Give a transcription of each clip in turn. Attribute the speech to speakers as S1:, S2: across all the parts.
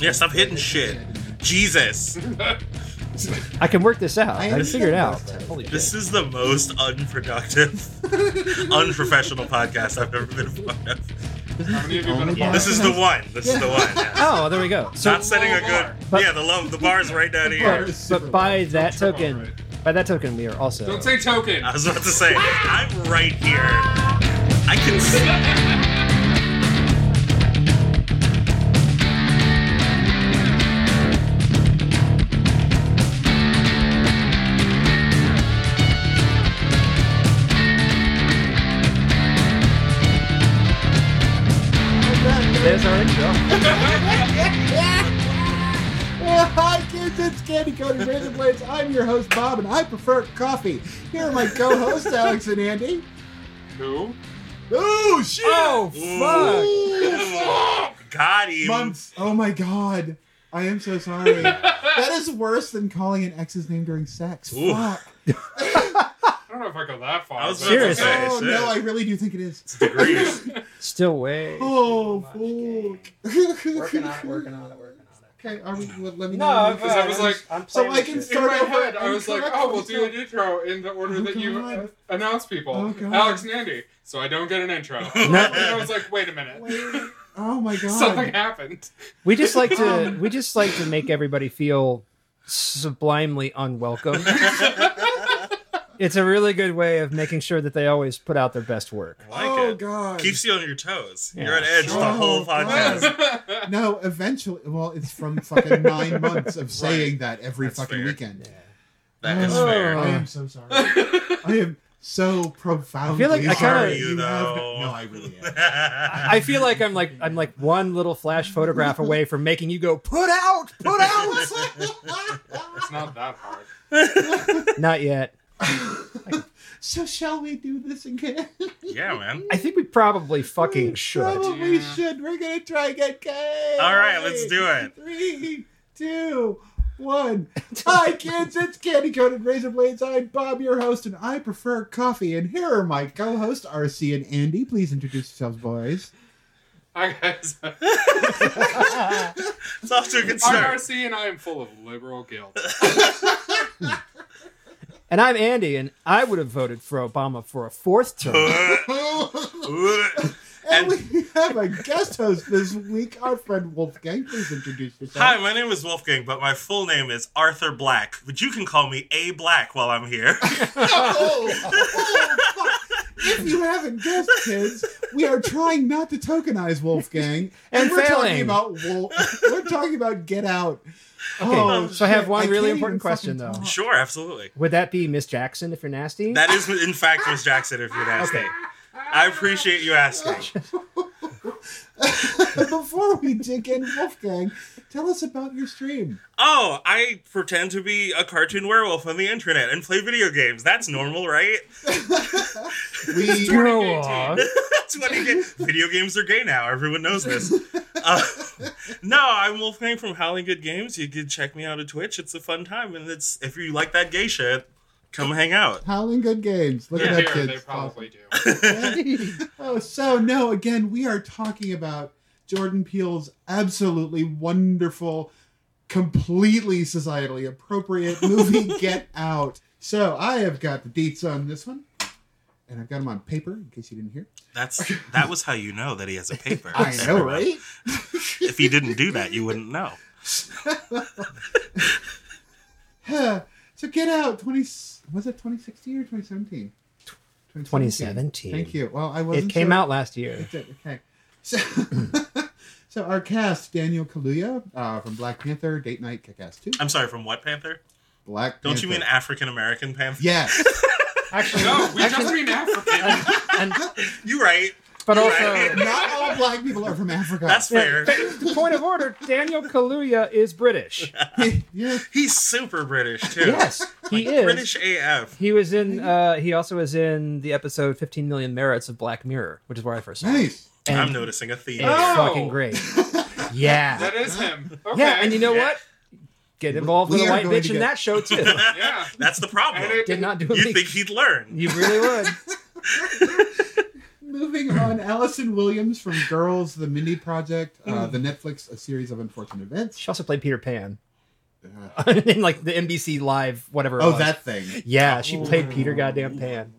S1: Yeah, stop hitting shit. Jesus.
S2: I can work this out. I, can
S3: understand
S2: figure it out.
S3: those types.
S2: Holy
S1: This
S2: shit.
S1: is the most unproductive, unprofessional podcast I've ever been a part of.
S4: How many of you been a
S3: Only
S4: part
S1: This
S4: of?
S1: is the one. This is the one. yeah.
S2: Oh, there we go. So,
S1: Not setting a
S4: bar.
S1: good.
S2: But-
S1: yeah, the love. The bar's right down here.
S2: but, but by that
S4: trip on
S2: token,
S4: it.
S2: by that token, we are also.
S4: Don't say token.
S1: I was about to say, I'm right here. I can see.
S2: There's our intro.
S3: Well, hi kids, it's Candy Coated Razor Blades. I'm your host Bob, and I prefer coffee. Here are my co-hosts Alex and Andy.
S4: Who?
S3: Oh shit!
S2: Oh fuck!
S1: Got him.
S3: Months. Oh my god. I am so sorry. that is worse than calling an ex's name during sex.
S1: Ooh.
S3: Fuck.
S4: I don't know if I go that far.
S1: I was
S4: but-
S1: about to
S2: Seriously.
S1: say,
S3: Oh
S1: shit.
S3: no, I really do think it is.
S1: degrees.
S2: Still way.
S3: Oh
S5: Too
S3: fuck.
S5: Working on it, working on it, working on it.
S3: Okay, are we, let me
S5: No,
S3: know. when
S5: I'm
S3: you-
S4: Because I
S5: fine.
S4: was
S5: I'm
S4: like-
S5: just- I'm
S3: So
S5: playing
S3: I
S5: with
S3: can
S5: you.
S4: In
S3: start
S4: my
S3: over
S4: head, I was like, oh, we'll do an
S3: it.
S4: intro in the order
S3: Oh,
S4: that you
S3: God.
S4: uh, announce people.
S3: Oh, God.
S4: Alex and Andy. So I don't get an intro. and I was like, wait a minute.
S3: Oh my god.
S4: Something happened.
S2: We just like to
S3: Um.
S2: we just like to make everybody feel sublimely unwelcome. it's a really good way of making sure that they always put out their best work.
S1: like
S3: oh
S1: it.
S3: god.
S1: Keeps you on your toes.
S2: Yeah.
S1: You're on edge the
S3: Sure.
S1: whole podcast.
S3: No, eventually. Well, it's from fucking nine months of saying that every
S1: That's
S3: fucking
S1: fair.
S3: weekend.
S1: That is
S3: Oh.
S1: fair.
S3: I am so sorry. I am so profoundly
S2: I kinda-
S3: sorry.
S1: Are you,
S3: you have
S1: though?
S3: no, I really am.
S2: I feel like I'm like I'm like one little flash photograph away from making you go put out, put out.
S4: it's not that hard.
S2: Not yet.
S3: so shall we do this again?
S1: yeah, man.
S2: I think we probably fucking
S3: We
S2: should.
S3: Probably
S4: Yeah.
S3: should. We're gonna try again. Okay.
S1: All right, let's do it.
S3: Three, two, one. Hi, kids. It's Candy Coated Razor Blades. I'm Bob, your host, and I prefer coffee. And here are my co-hosts, RC and Andy. Please introduce yourselves, boys.
S4: Hi, guys. I'm
S1: It's off to a good start.
S4: RC and I am full of liberal guilt.
S2: And I'm Andy, and I would have voted for Obama for a fourth term.
S3: And, we have a guest host this week, our friend Wolfgang. Please introduce yourself.
S1: Hi, my name is Wolfgang, but my full name is Arthur Black. But you can call me A Black while I'm here.
S3: Oh, oh, fuck. If you haven't guessed, kids, we are trying not to tokenize Wolfgang,
S2: And
S3: we're
S2: failing.
S3: talking about Wolf. We're talking about Get Out. Oh,
S2: so I have
S3: shit.
S2: one really
S3: can't
S2: important
S3: even fucking
S2: question, though.
S3: talk.
S1: sure, absolutely.
S2: Would that be Miss Jackson if you're nasty?
S1: That is, in fact, Miss Jackson, if you're nasty.
S2: Okay.
S1: I appreciate you asking.
S3: Before we dig in, Wolfgang, tell us about your stream.
S1: Oh, I pretend to be a cartoon werewolf on the internet and play video games. That's normal, right?
S3: We
S2: Go on.
S1: That's what he did. Video games are gay now. Everyone knows this. Uh, no, I'm Wolfgang from Howling Good Games. You can check me out on Twitch. It's a fun time, and it's if you like that gay shit, come hang out.
S3: howling good games. Look
S4: They're
S3: at that,
S4: here,
S3: kids.
S4: they probably do.
S3: oh, so no, again, we are talking about Jordan Peele's absolutely wonderful, completely societally appropriate movie, Get Out. So I have got the deets on this one, and I've got them on paper in case you didn't hear.
S1: That's that was how you know that he has a paper.
S3: I know, right?
S1: If he didn't do that, you wouldn't know.
S3: so Get Out, 20, was it 2016 or 2017?
S2: 2017.
S3: Thank you. Well, I wasn't
S2: It came
S3: sure.
S2: out last year.
S3: That's it. Okay. So, so our cast: Daniel Kaluuya uh, from Black Panther, Date Night, Kick-Ass Two,
S1: I'm sorry. From what Panther?
S3: Black.
S1: Don't
S3: Panther.
S1: you mean African American Panther?
S3: Yes.
S2: Actually,
S4: No, we
S2: actually
S4: just mean African.
S2: and,
S1: You right.
S2: but
S1: You're
S2: also,
S1: right.
S3: Not all black people are from Africa.
S1: That's fair.
S2: point of order, Daniel Kaluuya is British.
S3: yeah.
S1: He's super British too.
S2: Yes, he is.
S1: British AF.
S2: He was in. Uh, he also was in the episode "15 Million Merits of Black Mirror," which is where I first saw. him.
S3: Nice.
S2: And
S1: I'm noticing a theme.
S2: It's
S1: here.
S4: Oh.
S2: fucking great. Yeah,
S4: that is him. Okay.
S2: yeah, and you know
S1: Yeah.
S2: what? Get involved
S3: We
S2: with a
S3: are
S2: white
S3: going
S2: bitch
S3: to
S2: in
S3: get-
S2: that show too.
S4: Yeah.
S1: That's the problem.
S4: And it-
S2: Did not do
S1: You
S2: anything.
S1: think he'd learn?
S2: You really would.
S3: moving on, Allison Williams from Girls, the Mindy Project,
S2: Hmm.
S3: uh, the Netflix, a series of unfortunate events.
S2: She also played Peter Pan
S3: Uh,
S2: in like the NBC Live whatever. it
S3: oh,
S2: was.
S3: that Oh. thing.
S2: Yeah, she played Peter Goddamn Pan.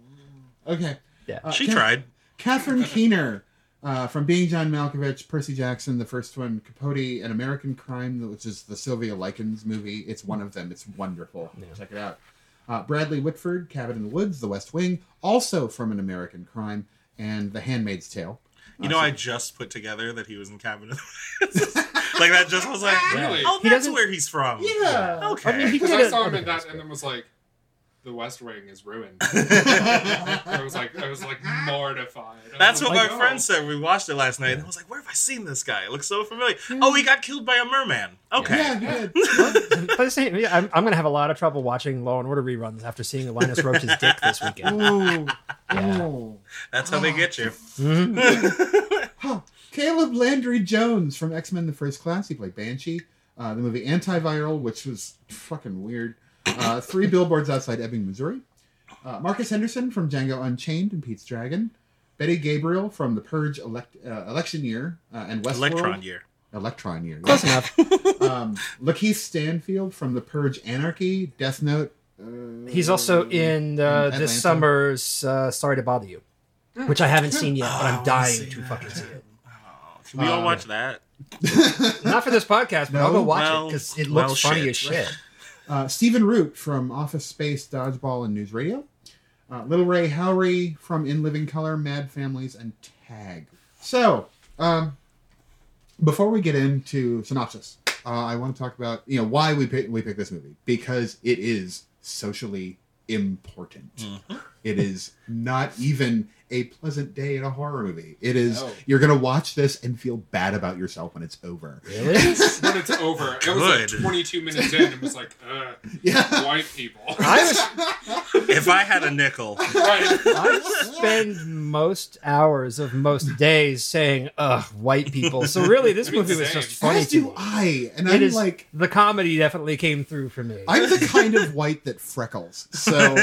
S3: Okay.
S2: Yeah.
S3: Uh,
S1: she
S3: Kath-
S1: tried.
S3: Catherine Keener uh, from Being John Malkovich, Percy Jackson, the first one, Capote, An American Crime, which is the Sylvia Likens movie. It's one of them. It's wonderful. Check it out. Uh, Bradley Whitford, Cabin in the Woods, The West Wing, also from An American Crime, and The Handmaid's Tale.
S1: You know, I just put together that he was in Cabin in the Woods. like that just was like,
S4: Really?
S1: oh,
S2: He
S1: that's
S2: doesn't-
S1: where he's from.
S3: Yeah.
S1: Okay.
S2: I mean, he
S4: Because
S2: did
S4: I
S2: it.
S4: saw him in
S2: okay,
S4: that
S2: that's
S4: and
S2: good.
S4: then was like, the West Wing is ruined. I was like, I was like mortified. I
S1: That's
S4: was
S1: what
S4: like,
S1: my
S4: oh.
S1: friend said. We watched it last night, and I was like, "Where have I seen this guy? It looks so familiar." Oh, he got killed by a merman. Okay,
S3: Yeah, good.
S2: But the same, yeah, I'm, I'm gonna have a lot of trouble watching Law and Order reruns after seeing Linus Roach's dick this weekend.
S3: Ooh.
S2: Yeah.
S3: Ooh.
S1: that's how they get you.
S2: Mhm.
S3: Huh. Caleb Landry Jones from X Men: The First Class. He played Banshee. Uh, the movie Antiviral, which was fucking weird. Uh, three billboards outside Ebbing, Missouri. Uh, Marcus Henderson from Django Unchained and Pete's Dragon. Betty Gabriel from The Purge elect, uh, Election Year uh, and Westworld.
S1: Electron year.
S3: Electron Year.
S2: Close enough.
S3: um, Lakeith Stanfield from The Purge Anarchy, Death Note. Uh,
S2: He's also in uh,
S3: Atlanta.
S2: this summer's uh, "Sorry to Bother You," which I haven't seen yet, but
S1: Oh, I
S2: I'm
S1: wanna
S2: dying
S1: see
S2: to
S1: that.
S2: fucking see it.
S1: Oh, Can we
S3: Uh,
S1: all watch that?
S2: Not for this podcast, but
S3: No?
S2: I'll go watch
S1: Well-
S2: it because it
S1: well,
S2: looks funny
S1: shit.
S2: as shit.
S3: Uh, Stephen Root from Office Space, Dodgeball, and News Radio. Uh, Little Ray Howery from In Living Color, Mad Families, and Tag. So, um, before we get into synopsis, uh, I want to talk about you know why we pick, we pick this movie because it is socially important. It is not even a pleasant day in a horror movie. It is
S4: No.
S3: you're gonna watch this and feel bad about yourself when it's over.
S4: When it's "Oh, over, it was
S1: Good.
S4: like 22 minutes in and was like, Ugh,
S3: Yeah.
S4: white people.
S2: I was
S1: If I had a nickel,
S4: right.
S2: I spend most hours of most days saying, ugh, white people. So really, this movie was just funny
S3: As
S2: to
S3: do
S2: me.
S3: I, and
S2: It
S3: I'm
S2: is
S3: like.
S2: the comedy definitely came through for me.
S3: I'm the kind of white that freckles. So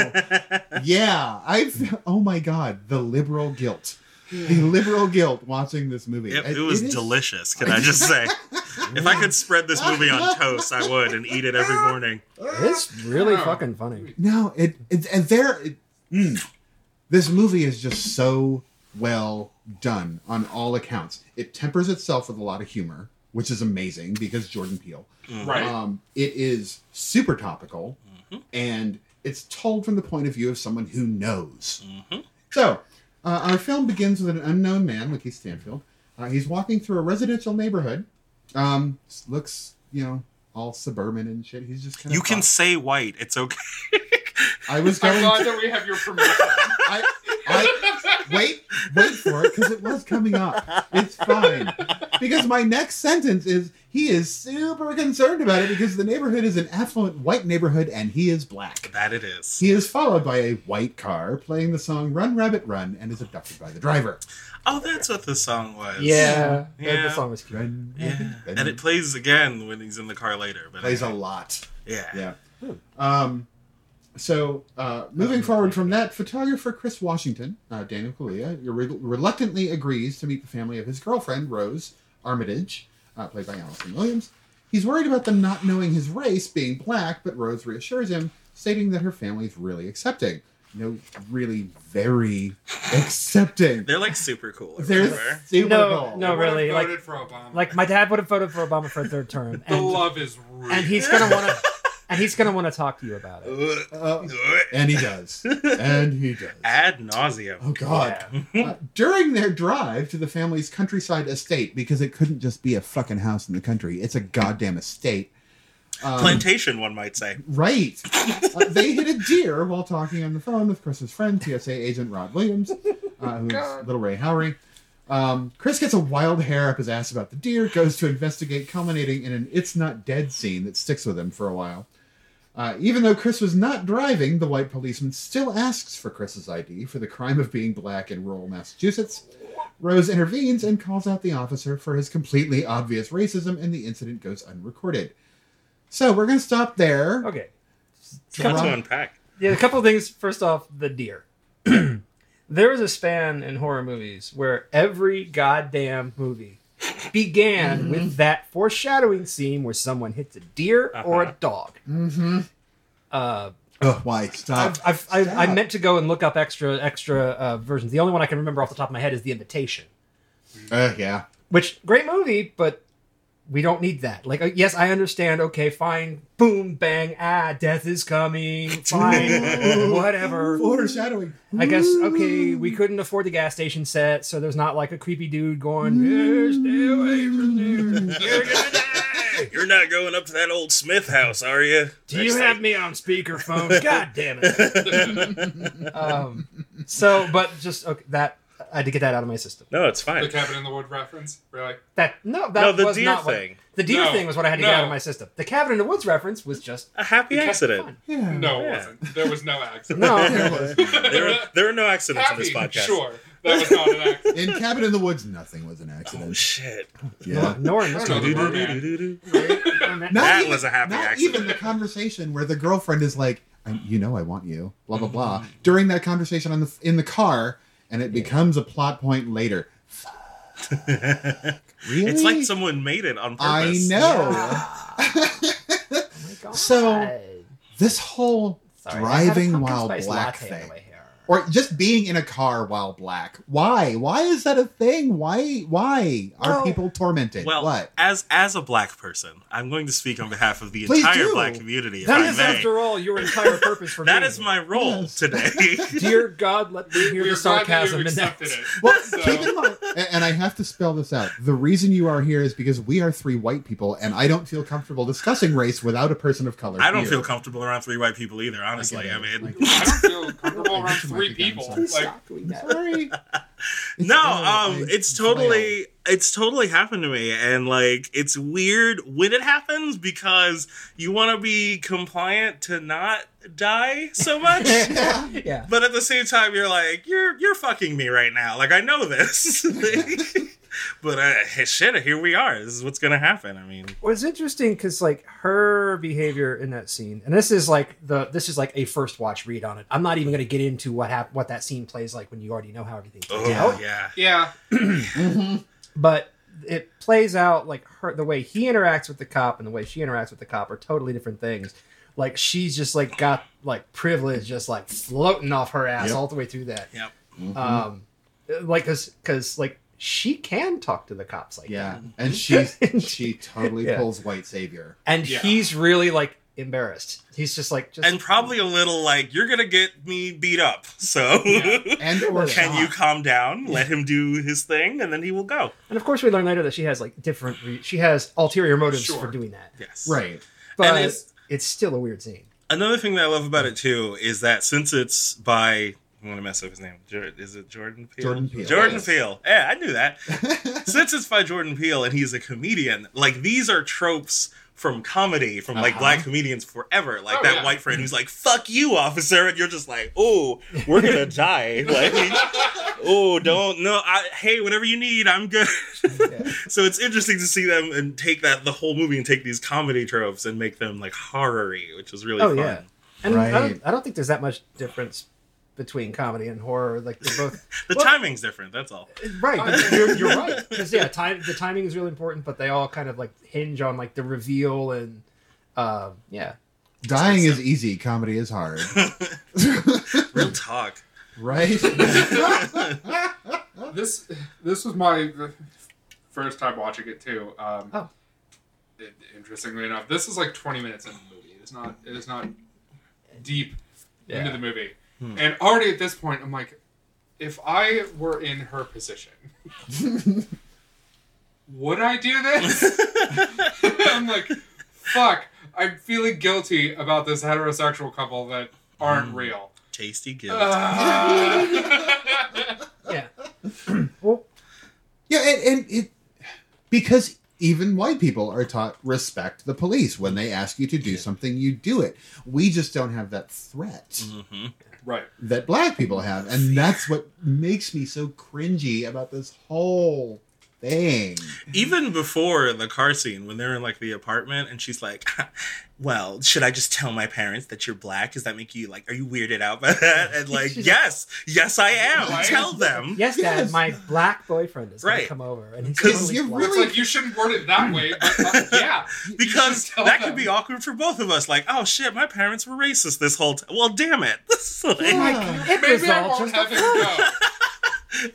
S3: yeah, I've oh my god, the liberal guilt. The liberal guilt watching this movie.
S1: it, it was
S3: is-
S1: delicious. Can I just say? If I could spread this movie on toast, I would, and eat it every morning.
S2: it's really
S4: Wow.
S2: fucking funny.
S3: No, it, it and there it, mm. this movie is just so well done on all accounts. It tempers itself with a lot of humor, which is amazing because Jordan Peele.
S4: Right.
S3: Um, it is super topical, and it's told from the point of view of someone who knows. So, uh, our film begins with an unknown man, Mickey Stanfield. Uh, he's walking through a residential neighborhood. Um, s- looks, you know, all suburban and shit. He's just kind
S1: You can Oh say white. It's okay.
S3: I was
S4: I'm
S3: going.
S4: glad
S3: To,
S4: that we have your permission.
S3: I, I, wait, wait for it because it was coming up. It's fine because my next sentence is he is super concerned about it because the neighborhood is an affluent white neighborhood and he is black.
S1: That it is.
S3: He is followed by a white car playing the song "Run Rabbit Run" and is abducted by the driver.
S1: Oh, that's what the song was.
S2: Yeah,
S1: Yeah.
S2: The, the song was cute.
S3: Run,
S1: Yeah.
S3: Rabbit,
S1: And it plays again when he's in the car later. But
S3: plays a lot.
S1: yeah.
S3: Yeah. Um, so uh, moving forward from that, photographer Chris Washington, uh, Daniel Kaluuya, re- reluctantly agrees to meet the family of his girlfriend Rose Armitage, uh, played by Allison Williams. He's worried about them not knowing his race, being black, but Rose reassures him, stating that her family's really accepting. No, really, very accepting.
S1: They're like super cool. or
S3: They're
S1: whatever.
S3: super
S2: No,
S3: cool.
S2: no.
S4: I would've
S2: really, like-
S4: voted for Obama.
S2: Like my dad would have voted for Obama for a third term,
S4: the
S2: and,
S4: love is real.
S2: and he's gonna want to, and he's gonna want to talk to you about it.
S1: Ugh.
S3: Uh,
S1: Ugh.
S3: and he does. And he does.
S1: Ad nauseum.
S2: Um,
S3: Oh God! Uh, during their drive to the family's countryside estate, because it couldn't just be a fucking house in the country; it's a goddamn estate,
S1: Plantation, one might say.
S3: right? Uh, they hit a deer while talking on the phone with Chris's friend, TSA agent Rod Williams, uh, who's Little Ray Howery. Um, Chris gets a wild hair up his ass about the deer, goes to investigate, culminating in an "It's Not Dead" scene that sticks with him for a while. Uh, even though Chris was not driving, the white policeman still asks for Chris's ID for the crime of being black in rural Massachusetts. Rose intervenes and calls out the officer for his completely obvious racism, and the incident goes unrecorded. So we're going to stop there.
S2: Okay.
S1: It's a lot
S3: Right.
S1: to unpack.
S2: Yeah, a couple of things. First off, the deer. there was a span in horror movies where every goddamn movie began
S3: Mm-hmm.
S2: with that foreshadowing scene where someone hits a deer or a dog.
S3: Uh-huh. Mm-hmm.
S2: Uh,
S3: Ugh, Oh, why? Stop.
S2: I've, I've, i I
S3: Stop.
S2: meant to go and look up extra extra uh, versions. The only one I can remember off the top of my head is The Invitation,
S1: Uh,
S3: Ugh, yeah.
S2: which great movie, but we don't need that. Like, uh, yes, I understand. Okay, fine. Boom, bang, ah, death is coming. Fine, whatever.
S3: Foreshadowing.
S2: I guess okay, we couldn't afford the gas station set, so there's not like a creepy dude going, "Yeah, "Stay away from there, you're gonna die."
S1: You're not going up to that old Smith house, are you?
S2: Do you have me on speakerphone? God damn it! Um, so, but just okay, that I had to get that out of my system.
S1: no, it's
S4: The
S1: fine.
S4: cabin in the wood reference. Really?
S2: That no, that
S1: No, the
S2: was
S1: deer
S2: not what-
S1: thing.
S2: the deer
S4: No,
S2: thing was what I had to get out of
S4: no.
S2: my system. The cabin in the woods reference was just
S1: A happy
S2: okay,
S1: accident.
S2: fine.
S3: Yeah.
S4: No, it
S1: Yeah.
S4: wasn't. There was no accident.
S2: No,
S3: There was
S1: There, are, there are no accidents
S4: Happy,
S1: in this podcast.
S4: sure. That was not an accident.
S3: in Cabin in the Woods, nothing was an
S1: Oh
S3: accident.
S1: shit!
S3: yeah.
S2: nor in this
S4: No,
S2: movie.
S4: the merman.
S1: Do-do-do-do-do-do.
S3: Not
S1: That
S3: even-
S1: was a happy
S3: not
S1: accident.
S3: even the conversation where the girlfriend is like, I, "You know, I want you." Blah blah blah. During that conversation on the in the car, and it becomes a plot point later. Really?
S1: It's like someone made it on
S3: I
S1: purpose.
S3: know.
S2: Oh my God.
S3: So- This whole
S2: Sorry, I had a
S3: driving
S2: pumpkin
S3: while
S2: spice
S3: black
S2: latte
S3: thing,
S2: on my hair.
S3: or just being in a car while black. Why? Why is that a thing? Why? Why are
S2: Well-
S3: people tormented?
S1: Well,
S3: what?
S1: as as a black person, I'm going to speak on behalf of the
S3: Please
S1: entire
S3: do.
S1: black community. If
S2: That
S1: I
S2: is,
S1: may.
S2: after all, your entire purpose for
S1: That
S2: being
S1: is
S2: here.
S1: my role
S3: Yes.
S1: today.
S2: Dear God, let me hear
S4: We
S2: the
S4: were glad that
S2: sarcasm
S4: you
S2: in that.
S4: accepted it.
S3: Well,
S4: So-
S3: keep in mind, and- and I have to spell this out. The reason you are here is because we are three white people, and I don't feel comfortable discussing race without a person of color.
S1: I don't
S3: here.
S1: feel comfortable around three white people either. Honestly, I,
S3: get it.
S1: mean,
S4: I don't feel comfortable
S3: I
S4: around
S3: just might
S4: three
S3: be going
S4: people.
S3: somewhere.
S4: Like,
S2: doing
S3: I'm sorry. It's
S1: no,
S3: ill,
S1: um,
S3: I-
S1: it's totally, it's totally happened to me, and like, it's weird when it happens because you want to be compliant to not die so much,
S2: yeah.
S1: but at the same time, you're like, you're you're fucking me right now. Like, I know this, but uh, shit, here we are. This is what's gonna happen. I mean,
S2: What's interesting because like her behavior in that scene, and this is like the this is like a first watch read on it. I'm not even going to get into what hap- what that scene plays like when you already know how everything plays
S1: oh
S2: out.
S1: yeah,
S4: yeah,
S3: Mhm.
S2: But it plays out like her the way he interacts with the cop and the way she interacts with the cop are totally different things. Like she's just like got like privilege just like floating off her ass
S3: Yep.
S2: all the way through that.
S1: Yep.
S3: Uh,
S2: Um, like because because like she can talk to the cops like that.
S3: yeah, and she's she totally
S2: Yeah.
S3: pulls white savior.
S2: and
S4: Yeah.
S2: he's really like embarrassed. He's just like just
S1: and probably a little like you're gonna get me beat up, so.
S4: Yeah.
S3: And or
S1: Can
S3: not.
S1: you calm down? Let him do his thing, and then he will go.
S2: And of course, we learn later that she has like different. Re- she has ulterior motives
S4: Sure.
S2: for doing that.
S1: Yes.
S3: right?
S2: But
S1: it's-
S2: it's, still a weird scene.
S1: Another thing that I love about it too is that since it's by I'm gonna mess up his name. Jor- Is it Jordan Peele?
S3: Jordan Peele,
S1: Jordan
S3: yes.
S1: Peele. Yeah, I knew that. since it's by Jordan Peele and he's a comedian, like these are tropes from comedy, from like
S3: Uh-huh.
S1: black comedians forever. Like
S4: Oh,
S1: that
S4: yeah.
S1: white friend who's like, "Fuck you, officer," and you're just like, "Oh, we're gonna die." Like, oh, don't no. I, hey, whatever you need, I'm good.
S2: Yeah.
S1: So it's interesting to see them and take that the whole movie and take these comedy tropes and make them like horror-y, which is really
S2: oh
S1: fun.
S2: yeah, and
S3: Right.
S2: I, don't, I don't think there's that much difference between comedy and horror. Like they're both
S1: The
S2: Well-
S1: timing's different, that's all.
S2: right. You're, you're right because yeah, time the timing is really important, but they all kind of like hinge on like the reveal and uh, yeah.
S3: Dying is easy. Comedy is hard.
S1: Real talk.
S3: right?
S4: this this was my first time watching it too. Um,
S2: Oh.
S4: it- interestingly enough, this is like 20 minutes into the movie. It's not it is not deep into the movie, and already at this point, I'm like, if I were in her position, would I do this? I'm like, fuck. I'm feeling guilty about this heterosexual couple that aren't real.
S1: Tasty guilt.
S2: Uh.
S4: Ah.
S2: Yeah. well,
S3: Yeah, and, and it because even white people are taught respect the police when they ask you to do something, you do it. We just don't have that threat
S1: hmm
S4: right.
S3: that black people have, and that's what makes me so cringy about this whole thing.
S1: Even before the car scene, when they're in like the apartment, and she's like, "Well, should I just tell my parents that you're black? Does that make you like? Are you weirded out by that?" And like,
S2: She's-
S1: yes, yes, I am.
S4: Right.
S1: Tell them.
S2: Yes, Dad,
S3: Yes.
S2: my black boyfriend is
S1: Right.
S2: gonna come over, and he's
S1: 'Cause
S2: totally
S3: you're
S2: black.
S4: It's
S3: really-
S4: like you shouldn't word it that way, but uh, yeah, you
S1: Because
S4: should tell
S1: that could
S4: them.
S1: be awkward for both of us. Like, oh shit, my parents were racist this whole time. Well, damn it. It's
S2: Oh
S1: like-
S3: Yeah.
S2: It
S4: Maybe
S2: was
S4: I
S2: all
S4: won't
S2: just
S4: have
S2: a
S4: it go.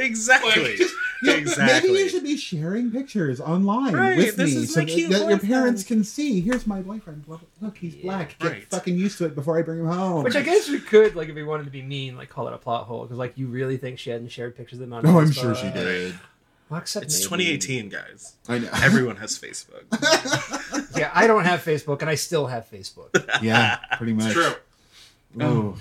S1: exactly.
S4: Like, just-
S3: Yeah,
S1: exactly.
S3: Maybe you should be sharing pictures online
S1: Right,
S3: with
S1: this
S3: me
S1: is
S3: so
S1: my
S3: that,
S1: cute
S3: that your
S1: boyfriend.
S3: parents can see. Here's my boyfriend. Look, look, he's black. Get
S1: right.
S3: fucking used to it before I bring him home.
S2: Which I guess we could, like, if we wanted to be mean, like, call it a plot hole, because, like, you really think she hadn't shared pictures of them on
S3: Oh, I'm sure
S2: Facebook?
S3: she did.
S2: Well, except
S1: It's
S2: me.
S1: 2018, guys.
S3: I know.
S1: Everyone has Facebook.
S2: Yeah, I don't have Facebook, and I still have Facebook.
S3: yeah, pretty much.
S4: It's true.
S3: Oh.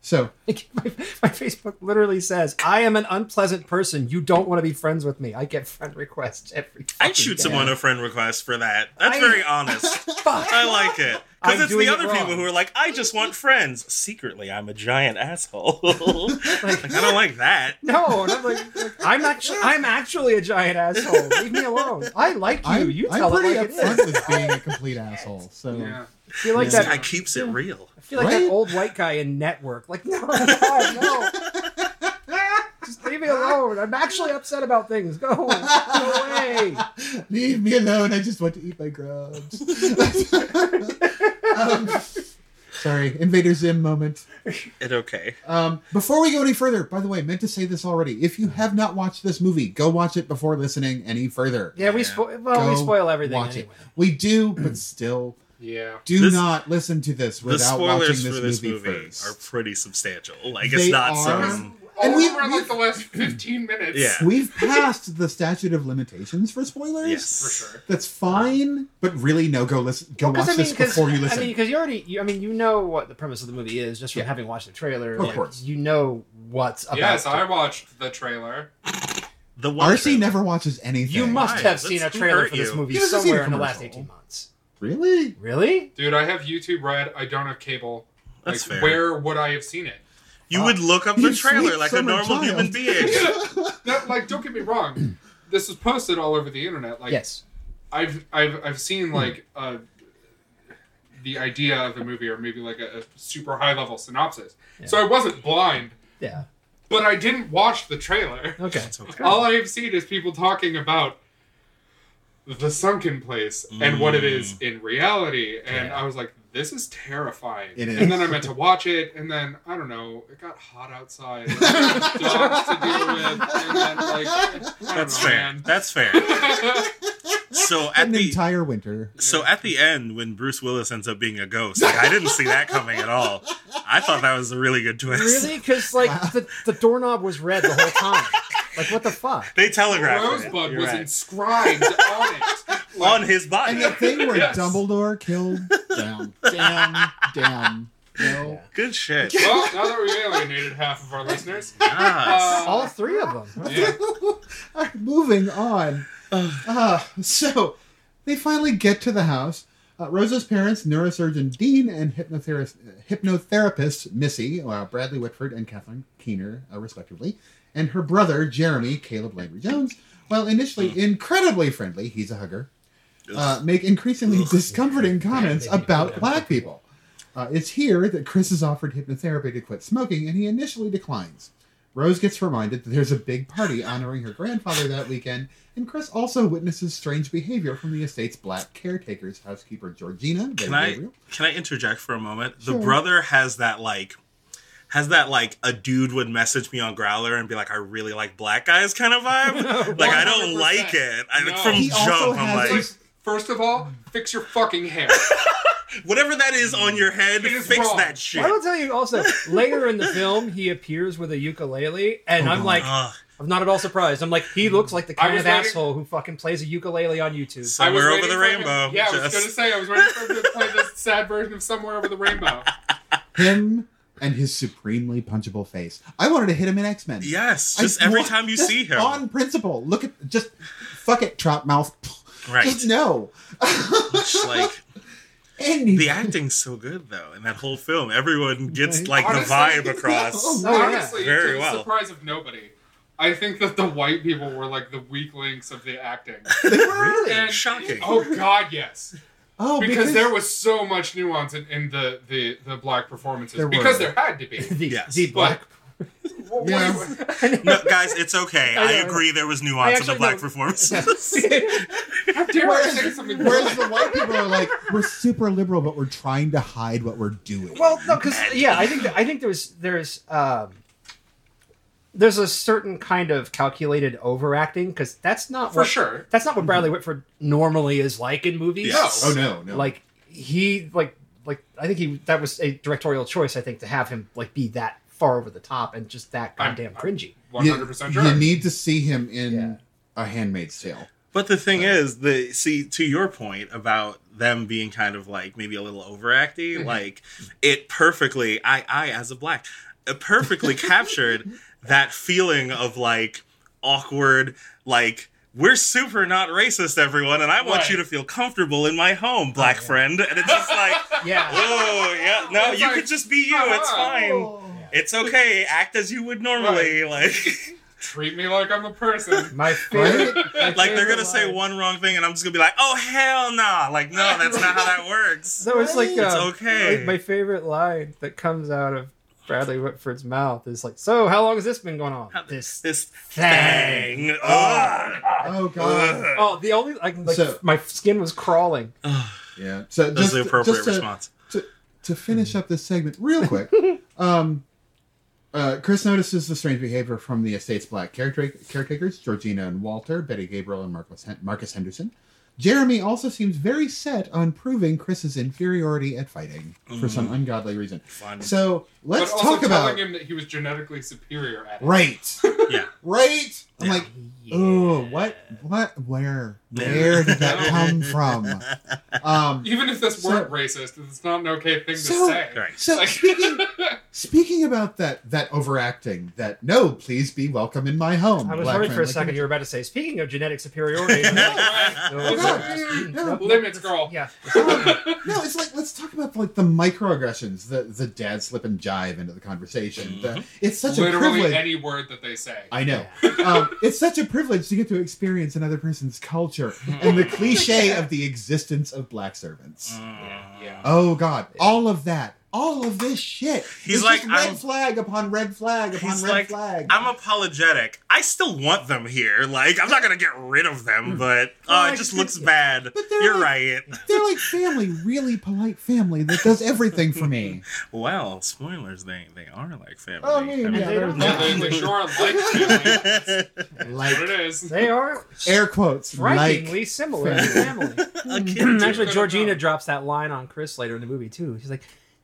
S3: So,
S2: Like, my, my Facebook literally says, "I am an unpleasant person. You don't want to be friends with me." I get friend requests every.
S1: I'd
S2: fucking
S1: shoot
S2: day.
S1: someone a friend request for that. That's
S2: I-
S1: very honest.
S2: Fuck.
S1: I like it.
S2: I'm
S1: Because it's
S2: doing
S1: the
S2: it
S1: other people
S2: wrong.
S1: who are like, I just want friends. Secretly, I'm a giant asshole. like, I don't like that.
S2: No, and I'm like, like, I'm actually, I'm actually a giant asshole. Leave me alone. I like you.
S3: I'm,
S2: you
S3: I'm
S2: tell
S3: pretty
S2: it like it
S3: upfront
S2: is.
S3: with being a complete asshole. So,
S4: Yeah.
S2: I feel like
S3: Yeah.
S1: That
S2: that.
S1: guy keeps it real.
S2: I feel like
S3: Right?
S2: that old white guy in Network. Like, no, God, no. Just leave me alone. I'm actually upset about things. Go, go away.
S3: leave me alone. I just want to eat my grubs. um, sorry, Invader Zim moment.
S1: It okay.
S3: Um, before we go any further, by the way, meant to say this already. If you have not watched this movie, go watch it before listening any further.
S2: Yeah, we
S1: Yeah.
S2: spoil. Well, we
S3: Go
S2: spoil everything
S3: watch
S2: anyway.
S3: it. We do, but still,
S4: Yeah.
S3: do
S1: This-
S3: not listen to this
S1: The
S3: without watching this
S1: spoilers for
S3: movie,
S1: this movie,
S3: first.
S1: are pretty substantial. Like,
S3: They
S1: it's not
S3: are.
S1: some.
S4: And
S3: And we-
S4: we around
S3: we've-
S4: Um, like the last 15 minutes.
S1: Yeah.
S3: We've passed the statute of limitations for spoilers.
S1: Yes.
S4: For sure.
S3: That's fine, but really, no. Go listen. Go watch
S2: Because I mean,
S3: this
S2: 'cause-
S3: before you
S2: I
S3: listen.
S2: mean, because you already, you, I mean, you know what the premise of the movie is just from
S3: Yeah.
S2: having watched the trailer.
S3: Of
S2: like,
S3: course.
S2: you know what's about.
S4: Yes,
S2: to-
S4: I watched the trailer.
S1: The one
S3: RC
S1: trailer.
S3: never watches anything.
S2: You must
S1: Why?
S2: have seen a
S1: That's- who
S2: trailer
S1: hurt
S2: for this
S1: you?
S2: movie
S3: He hasn't seen
S2: somewhere
S3: a
S2: in the last
S3: commercial.
S2: eighteen months.
S3: really.
S2: Really?
S4: Dude, I have YouTube Red. I don't have cable. Like,
S1: That's fair.
S4: Where would I have seen it?
S1: You would look up the
S3: You
S1: trailer
S3: sweet
S1: like a
S3: summer
S1: normal
S3: child.
S1: human being.
S4: No, like, don't get me wrong. This was posted all over the internet. Like,
S2: yes.
S4: I've I've I've seen like uh, the idea of the movie, or maybe like a, a super high level synopsis. So I wasn't blind,
S2: Yeah.
S4: but I didn't watch the trailer.
S2: Okay.
S1: It's okay.
S4: All I've seen is people talking about the sunken place and what it is
S1: Mm.
S4: in reality, and
S2: Yeah.
S4: I was like, "This is terrifying."
S3: It is.
S4: And then I meant to watch it, and then I don't know, it got hot outside, dogs to deal with, and then like I don't
S1: That's
S4: know,
S1: fair.
S4: man.
S1: That's fair. So at
S3: An
S1: the
S3: entire winter.
S1: so at the end when Bruce Willis ends up being a ghost, like, I didn't see that coming at all. I thought that was a really good twist.
S2: Really? Because like the, the doorknob was red the whole time. like what the fuck?
S1: They telegraphed it.
S4: Rosebud
S1: You're
S4: was
S1: right.
S4: inscribed on it.
S1: on his body.
S3: And the thing where
S4: Yes.
S3: Dumbledore killed down, down, down. No.
S2: Yeah.
S1: Good shit.
S4: Well, now that we've alienated half of our listeners,
S1: Yes.
S4: uh,
S2: All three of them.
S4: yeah.
S3: Moving on. Uh, so they finally get to the house. Uh, Rosa's parents, neurosurgeon Dean and hypnotherapist, hypnotherapist Missy, uh, Bradley Whitford and Kathleen Keener, uh, respectively, and her brother, Jeremy, Caleb Landry Jones, while initially incredibly friendly, he's a hugger, uh, make increasingly discomforting comments about black people. Uh, it's here that Chris is offered hypnotherapy to quit smoking, and he initially declines. Rose gets reminded that there's a big party honoring her grandfather that weekend, and Chris also witnesses strange behavior from the estate's black caretakers, housekeeper Georgina.
S1: Can
S3: Betty
S1: I
S3: Gabriel.
S1: can I interject for a moment?
S3: Sure.
S1: The brother has that like has that like a dude would message me on Growler and be like, I really like black guys kind of vibe. like I don't
S4: 100%.
S1: like it. I,
S4: No.
S1: From
S4: He
S3: also
S1: jump, I'm
S3: has
S1: like,
S3: a-
S4: Like, first of all, fix your fucking hair.
S1: whatever that is on your head,
S4: It is
S1: fix
S4: wrong.
S1: that shit.
S2: I will tell you also, later in the film, he appears with a ukulele, and I'm like,
S1: Ugh.
S2: I'm not at all surprised. I'm like, he looks like the kind
S4: was
S2: of
S4: waiting-
S2: asshole who fucking plays a ukulele on YouTube.
S1: So-
S4: I was
S1: Somewhere
S4: waiting
S1: over the
S4: for him-
S1: rainbow,
S4: Yeah, I was
S1: just-
S4: gonna say I was waiting for him to play this sad version of "Somewhere Over the Rainbow."
S3: him and his supremely punchable face. I wanted to hit him in X Men.
S1: yes, just every time you see him.
S3: on principle. Look at just fuck it, trot mouth.
S1: Right.
S3: Just no.
S1: It's like
S3: Any
S1: the acting's so good though in that whole film. Everyone gets
S3: Right.
S1: like the vibe
S4: Honestly,
S1: across.
S2: Oh, yeah.
S4: Honestly,
S1: Very
S4: to
S1: well.
S4: the surprise of nobody, I think that the white people were like the weak links of the acting.
S1: really
S4: And-
S1: shocking.
S4: Oh God, yes,
S3: Oh,
S4: because, there was so much nuance in, in the, the the black performances.
S2: There
S4: because
S2: were.
S4: there had to be.
S2: the,
S1: Yes.
S2: the black.
S4: Well,
S3: Yeah.
S4: wait, wait.
S1: No, guys, it's okay.
S2: I
S1: I,
S2: know.
S1: agree there was nuance in the
S2: actually
S1: black
S2: know-
S1: performances.
S4: How dare I say
S3: Whereas,
S4: something?
S3: whereas the white people are like, we're super liberal, but we're trying to hide what we're doing.
S2: Well, no, because yeah, I think that, I think there's there's um, there's a certain kind of calculated overacting because that's not
S4: for
S2: what,
S4: sure.
S2: That's not what Bradley Whitford normally is like in movies.
S1: Yes.
S3: oh no, no.
S2: Like he like like I think he that was a directorial choice. I think to have him like be that far over the top and just that
S4: I'm-
S2: goddamn
S4: I'm-
S2: cringy.
S4: One
S3: You-
S4: hundred percent
S3: you,
S4: sure.
S3: need to see him in
S2: Yeah.
S3: A Handmaid's Tale.
S1: But the thing is, the see to your point about them being kind of like maybe a little overacting, like it perfectly. I I as a black, it perfectly captured that feeling of like awkward, like we're super not racist, everyone, and I want
S4: Right. Oh,
S1: you to feel comfortable in my home, black friend. And it's just like,
S2: Yeah.
S1: oh yeah, no,
S4: It's
S1: you
S4: like, uh-huh.
S1: could just be you. It's
S4: come
S1: fine. It's okay. Act as you would normally. Like.
S4: Treat me like I'm a person.
S2: My favorite, my
S1: like they're
S2: favorite
S1: gonna say
S2: line-
S1: one wrong thing and i'm just gonna be like oh hell nah like no that's not how that works
S2: So it's like
S3: Right.
S1: it's
S2: uh,
S1: okay
S2: my, my favorite line that comes out of Bradley Whitford's mouth is like, "So how long has this been going on?"
S1: How-
S2: this
S1: this
S2: Thing.
S1: thing Ugh.
S3: Oh god.
S1: Ugh.
S2: Oh, the only like, like
S3: So-
S2: my skin was crawling.
S1: Ugh.
S3: Yeah. So
S1: that's
S3: just,
S1: the appropriate
S3: just to,
S1: response
S3: to finish up this segment real quick. um, uh, Chris notices the strange behavior from the estate's black caretake- caretakers, Georgina and Walter, Betty Gabriel and Marcus, Hen- Marcus Henderson. Jeremy also seems very set on proving Chris's inferiority at fighting for some
S1: Mm-hmm.
S3: ungodly reason.
S1: Fine.
S3: So let's
S4: but also
S3: talk about
S4: telling him that he was genetically superior at it.
S3: right,
S1: yeah
S3: right. I'm
S1: Yeah.
S3: like, oh, what, what, where, where did that come from? Um,
S4: Even if this
S3: So-
S4: weren't racist, it's not an okay thing to
S3: So-
S4: say.
S1: Right.
S3: So
S4: Like-
S3: speaking speaking about that that overacting, that no, please be welcome in my home.
S2: I was
S3: black
S2: worried
S3: friend,
S2: for a
S3: like,
S2: second. You were about to say, speaking of genetic superiority. and I'm like,
S4: Right.
S2: no,
S3: Oh, God.
S2: no,
S3: No.
S2: no.
S4: Limits, girl.
S2: Yeah.
S3: Um, no, it's like let's talk about like the microaggressions, the the dad slip and jive into the conversation. The- it's such a
S4: Mm-hmm. Literally
S3: privilege.
S4: any word that they say.
S3: I know. Um, it's such a privilege to get to experience another person's culture
S4: Mm-hmm.
S3: and the cliche of the existence of black servants.
S1: Mm.
S4: yeah.
S3: Oh God, all of that, all of this shit.
S1: He's
S3: It's
S1: like,
S3: just red
S1: I'm-
S3: flag upon red flag upon
S1: He's
S3: red
S1: like,
S3: flag.
S1: I'm apologetic. I still want them here. Like, I'm not gonna get rid of them, but uh, it just looks bad.
S3: Hmm. But they're
S1: You're
S3: like-
S1: right.
S3: They're like family, really polite family that does everything for me.
S1: Well, spoilers. They they are like family.
S3: Oh, yeah, yeah,
S2: they don't-
S4: Yeah, they, they sure are like family. That's what
S3: Like
S4: it is.
S2: They are
S3: air quotes, like
S2: strikingly similar in family.
S1: A kid
S2: Actually, Georgina drorops that line on Chris later in the movie too. She's like,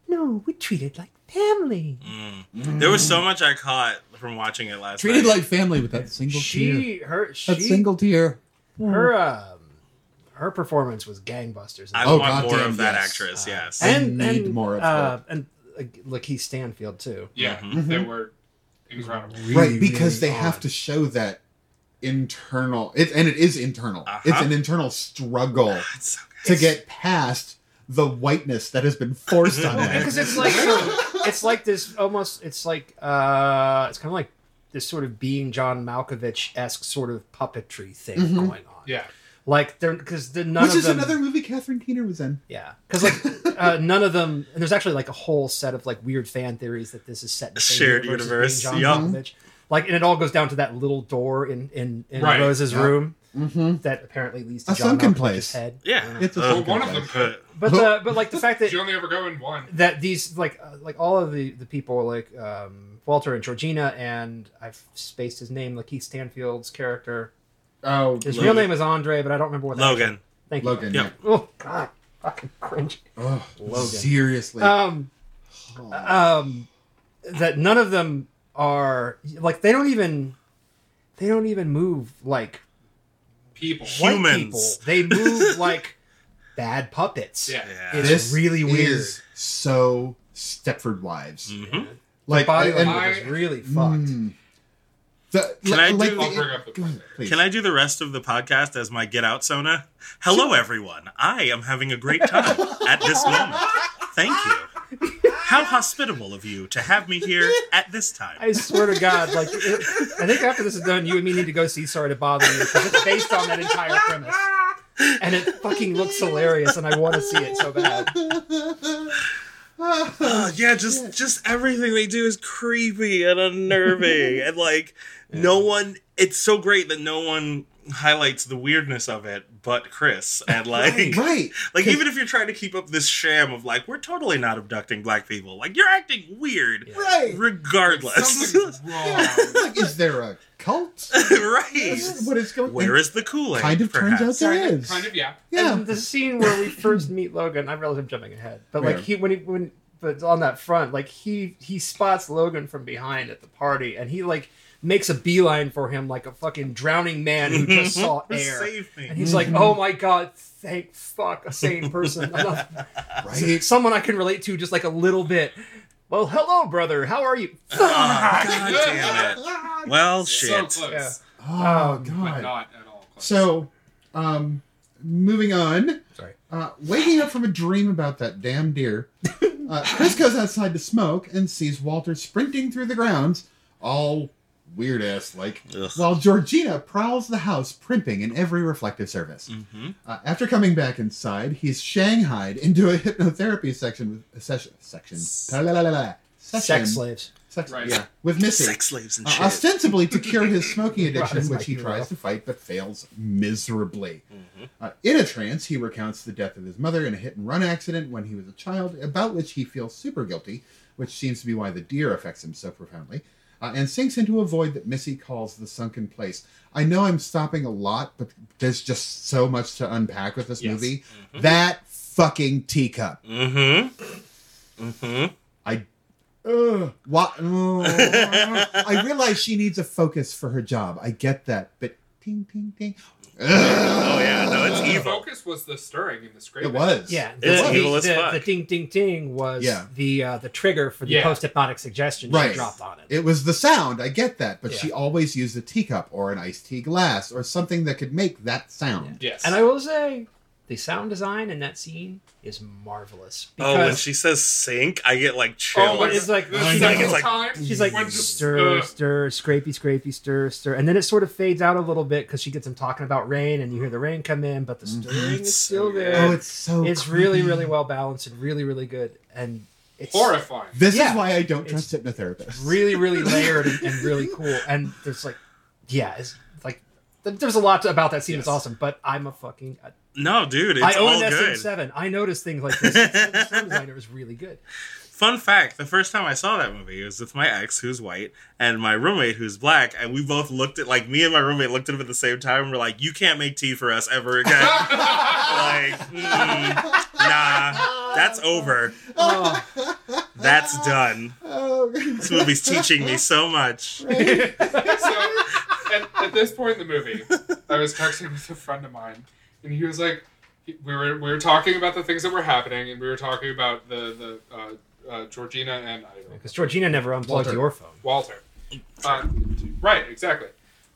S2: "No, we treat it like family."
S1: Mm. There was so much I caught from watching it last
S3: treated
S1: night.
S3: like family with that single tear.
S2: She, her, she,
S3: That single tear.
S2: her, um, her performance was gangbusters. uh,
S1: I
S3: Oh,
S1: want more
S3: goddamn,
S1: of that
S3: yes.
S1: actress. Yes.
S3: I
S2: and
S3: need
S2: and
S3: more of
S2: uh, and uh, Lakeith Stanfield too.
S4: Yeah,
S1: Mhm.
S4: they were incredible.
S3: right, because they have to show that internal it and it is internal. It's
S1: Uh-huh.
S3: an internal struggle
S1: It's so
S3: to get past the whiteness that has been forced on them.
S2: because it's like it's like this almost it's like uh it's kind of like this sort of being John Malkovich esque sort of puppetry thing
S3: Mhm.
S2: going on.
S4: Yeah.
S2: Like they're because the none
S3: Which
S2: of
S3: is
S2: them.
S3: another movie Catherine Keener was in.
S2: yeah, because like uh, none of them. And there's actually like a whole set of like weird fan theories that this is set in the same
S1: Shared
S2: universe, as being John
S1: universe,
S2: Malkovich. Like, and it all goes down to that little door in in, in
S4: Right,
S2: Rose's
S3: yeah.
S2: room
S3: Mm-hmm.
S2: that apparently leads
S3: A
S2: to John
S3: sunken
S2: Malkovich's
S3: place.
S2: head. Uh-huh.
S1: Yeah.
S3: It's a
S1: Uh,
S4: Well, one of them could.
S1: But-
S2: But the, but like the fact that
S4: You only ever go in one.
S2: that these like uh, like all of the the people like um Walter and Georgina and I've spaced his name Lakeith Stanfield's character
S3: Oh,
S2: his
S3: Logan.
S2: real name is Andre but I don't remember what that
S1: Logan.
S2: thank you
S3: Logan.
S1: Yep.
S2: oh god fucking cringe
S3: Oh,
S2: Logan.
S3: seriously.
S2: um
S3: Oh.
S2: um that none of them are like they don't even they don't even move like
S4: People.
S2: white
S1: Humans.
S2: people. they move like bad puppets
S4: Yeah.
S1: Yeah.
S2: it's
S3: This
S2: really weird
S3: is so Stepford Wives.
S1: Mhm.
S3: Like
S2: body
S3: and-
S2: language is
S4: I-
S2: really fucked
S3: Mm. The-
S1: Can I do-
S4: I'll bring up the
S3: go ahead, please.
S1: Can I do the rest of the podcast as my get out sona? Hello, everyone. I am having a great time at this moment. Thank you. How hospitable of you to have me here at this time.
S2: I swear to God, like it, I think after this is done, you and me need to go see Sorry to Bother You because it's based on that entire premise, and it fucking looks hilarious, and I want to see it so bad.
S1: Uh, yeah, just just everything they do is creepy and unnerving, and like no one. It's so great that no one highlights the weirdness of it, but Chris, and like
S3: right.
S1: like even if you're trying to keep up this sham of like we're totally not abducting black people, like you're acting weird,
S2: Yeah.
S3: Right.
S1: regardless,
S4: Something's wrong.
S3: like, is there a cult?
S1: right?
S3: what is going?
S1: Where is the Kool Aid?
S3: Kind of turns out there
S4: Kind of,
S3: is.
S4: kind of, yeah.
S3: Yeah.
S2: And the scene where we first meet Logan, I realize I'm jumping ahead, but like
S3: Yeah.
S2: he when he when but on that front, like he he spots Logan from behind at the party, and he like makes a beeline for him like a fucking drowning man who just saw air.
S1: Save me.
S2: And he's like, "Oh my god, thank fuck, a sane person, I'm not-
S3: right.
S2: someone I can relate to just like a little bit." Well, hello, brother. How are you?
S1: Ah, God damn it. Well,
S4: So
S1: shit.
S4: close,
S2: Yeah.
S3: Oh
S2: Um,
S4: but
S3: god.
S4: not at all close.
S3: So, um, moving on.
S2: Sorry.
S3: Uh, waking up from a dream about that damn deer, uh, Chris goes outside to smoke and sees Walter sprinting through the grounds, all weird ass like,
S1: Ugh.
S3: while Georgina prowls the house, primping in every reflective service.
S1: Mhm.
S3: Uh, after coming back inside, he's shanghaied into a hypnotherapy section with session section. Ta-la-la-la-la. Session.
S2: Sex slaves.
S3: Sex-
S4: Right.
S3: Yeah, with Missy.
S1: Sex slaves and
S3: Uh,
S1: shit.
S3: ostensibly to cure his smoking addiction,
S2: Right,
S3: which he
S2: right.
S3: tries to fight but fails miserably. Uh, in a trance, he recounts the death of his mother in a hit and run accident when he was a child, about which he feels super guilty, which seems to be why the deer affects him so profoundly, uh, and sinks into a void that Missy calls the sunken place. I know I'm stopping a lot, but there's just so much to unpack with this
S4: Yes.
S3: movie. That fucking teacup.
S1: Mm-hmm. Mm-hmm.
S3: I. Ugh. Why, oh, I realize she needs a focus for her job. I get that, but ting ting ting.
S1: Oh yeah, no,
S2: Uh,
S1: it's
S4: The
S1: evil.
S4: focus was the stirring and the scraping.
S3: It was.
S2: Yeah,
S1: It's
S2: the,
S1: evil
S2: the,
S1: as
S2: the-
S1: fuck.
S2: the ding ding ding was
S3: Yeah.
S2: the uh, the trigger for the
S4: Yeah.
S2: post hypnotic suggestion
S3: Right.
S2: she dropped on it.
S3: It was the sound. I get that, but
S2: Yeah.
S3: she always used a teacup or an iced tea glass or something that could make that sound.
S4: Yes.
S2: And I will say, the sound design in that scene is marvelous
S1: Oh, when
S2: because Oh,
S1: she says sink, I get like chills.
S2: my it's like-
S4: the
S3: I know.
S4: second
S1: It's like-
S4: time,
S2: she's like
S4: when the-
S2: stir,
S4: uh,
S2: stir, scrapey, scrapey, stir, stir, and then it sort of fades out a little bit because she gets him talking about rain, and you hear the rain come in, but the stirring
S1: It's
S2: is still
S4: so-
S2: there.
S3: Mm-hmm. Oh, it's so.
S2: it's
S3: creepy.
S2: really, really well balanced and really, really good, and it's
S4: horrifying.
S3: This
S2: Yeah.
S3: is why I don't
S2: It's
S3: trust hypnotherapists.
S2: really, really layered and, and really cool. And there's like, yeah, it's like th- there's a lot about that scene. It's
S4: Yes.
S2: awesome, but I'm a fucking.
S1: No, dude, it's
S2: I own
S1: all
S2: an
S1: good.
S2: SM7. I noticed things like this. the sound designer was really good.
S1: Fun fact: the first time I saw that movie it was with my ex, who's white, and my roommate, who's black, and we both looked at like me and my roommate looked at him at the same time. and We're like, "You can't make tea for us ever again." like, mm, nah, that's over.
S2: Oh,
S1: That's done.
S3: Oh,
S1: This movie's teaching me so much.
S2: Uh,
S4: so at, at this point in the movie, I was texting with a friend of mine, and he was like, he- we were we were talking about the things that were happening, and we were talking about the the uh, uh, Georgina and I don't know,
S2: because Georgina never unplugged
S3: Walter.
S2: your phone.
S4: Walter. Uh, right, exactly.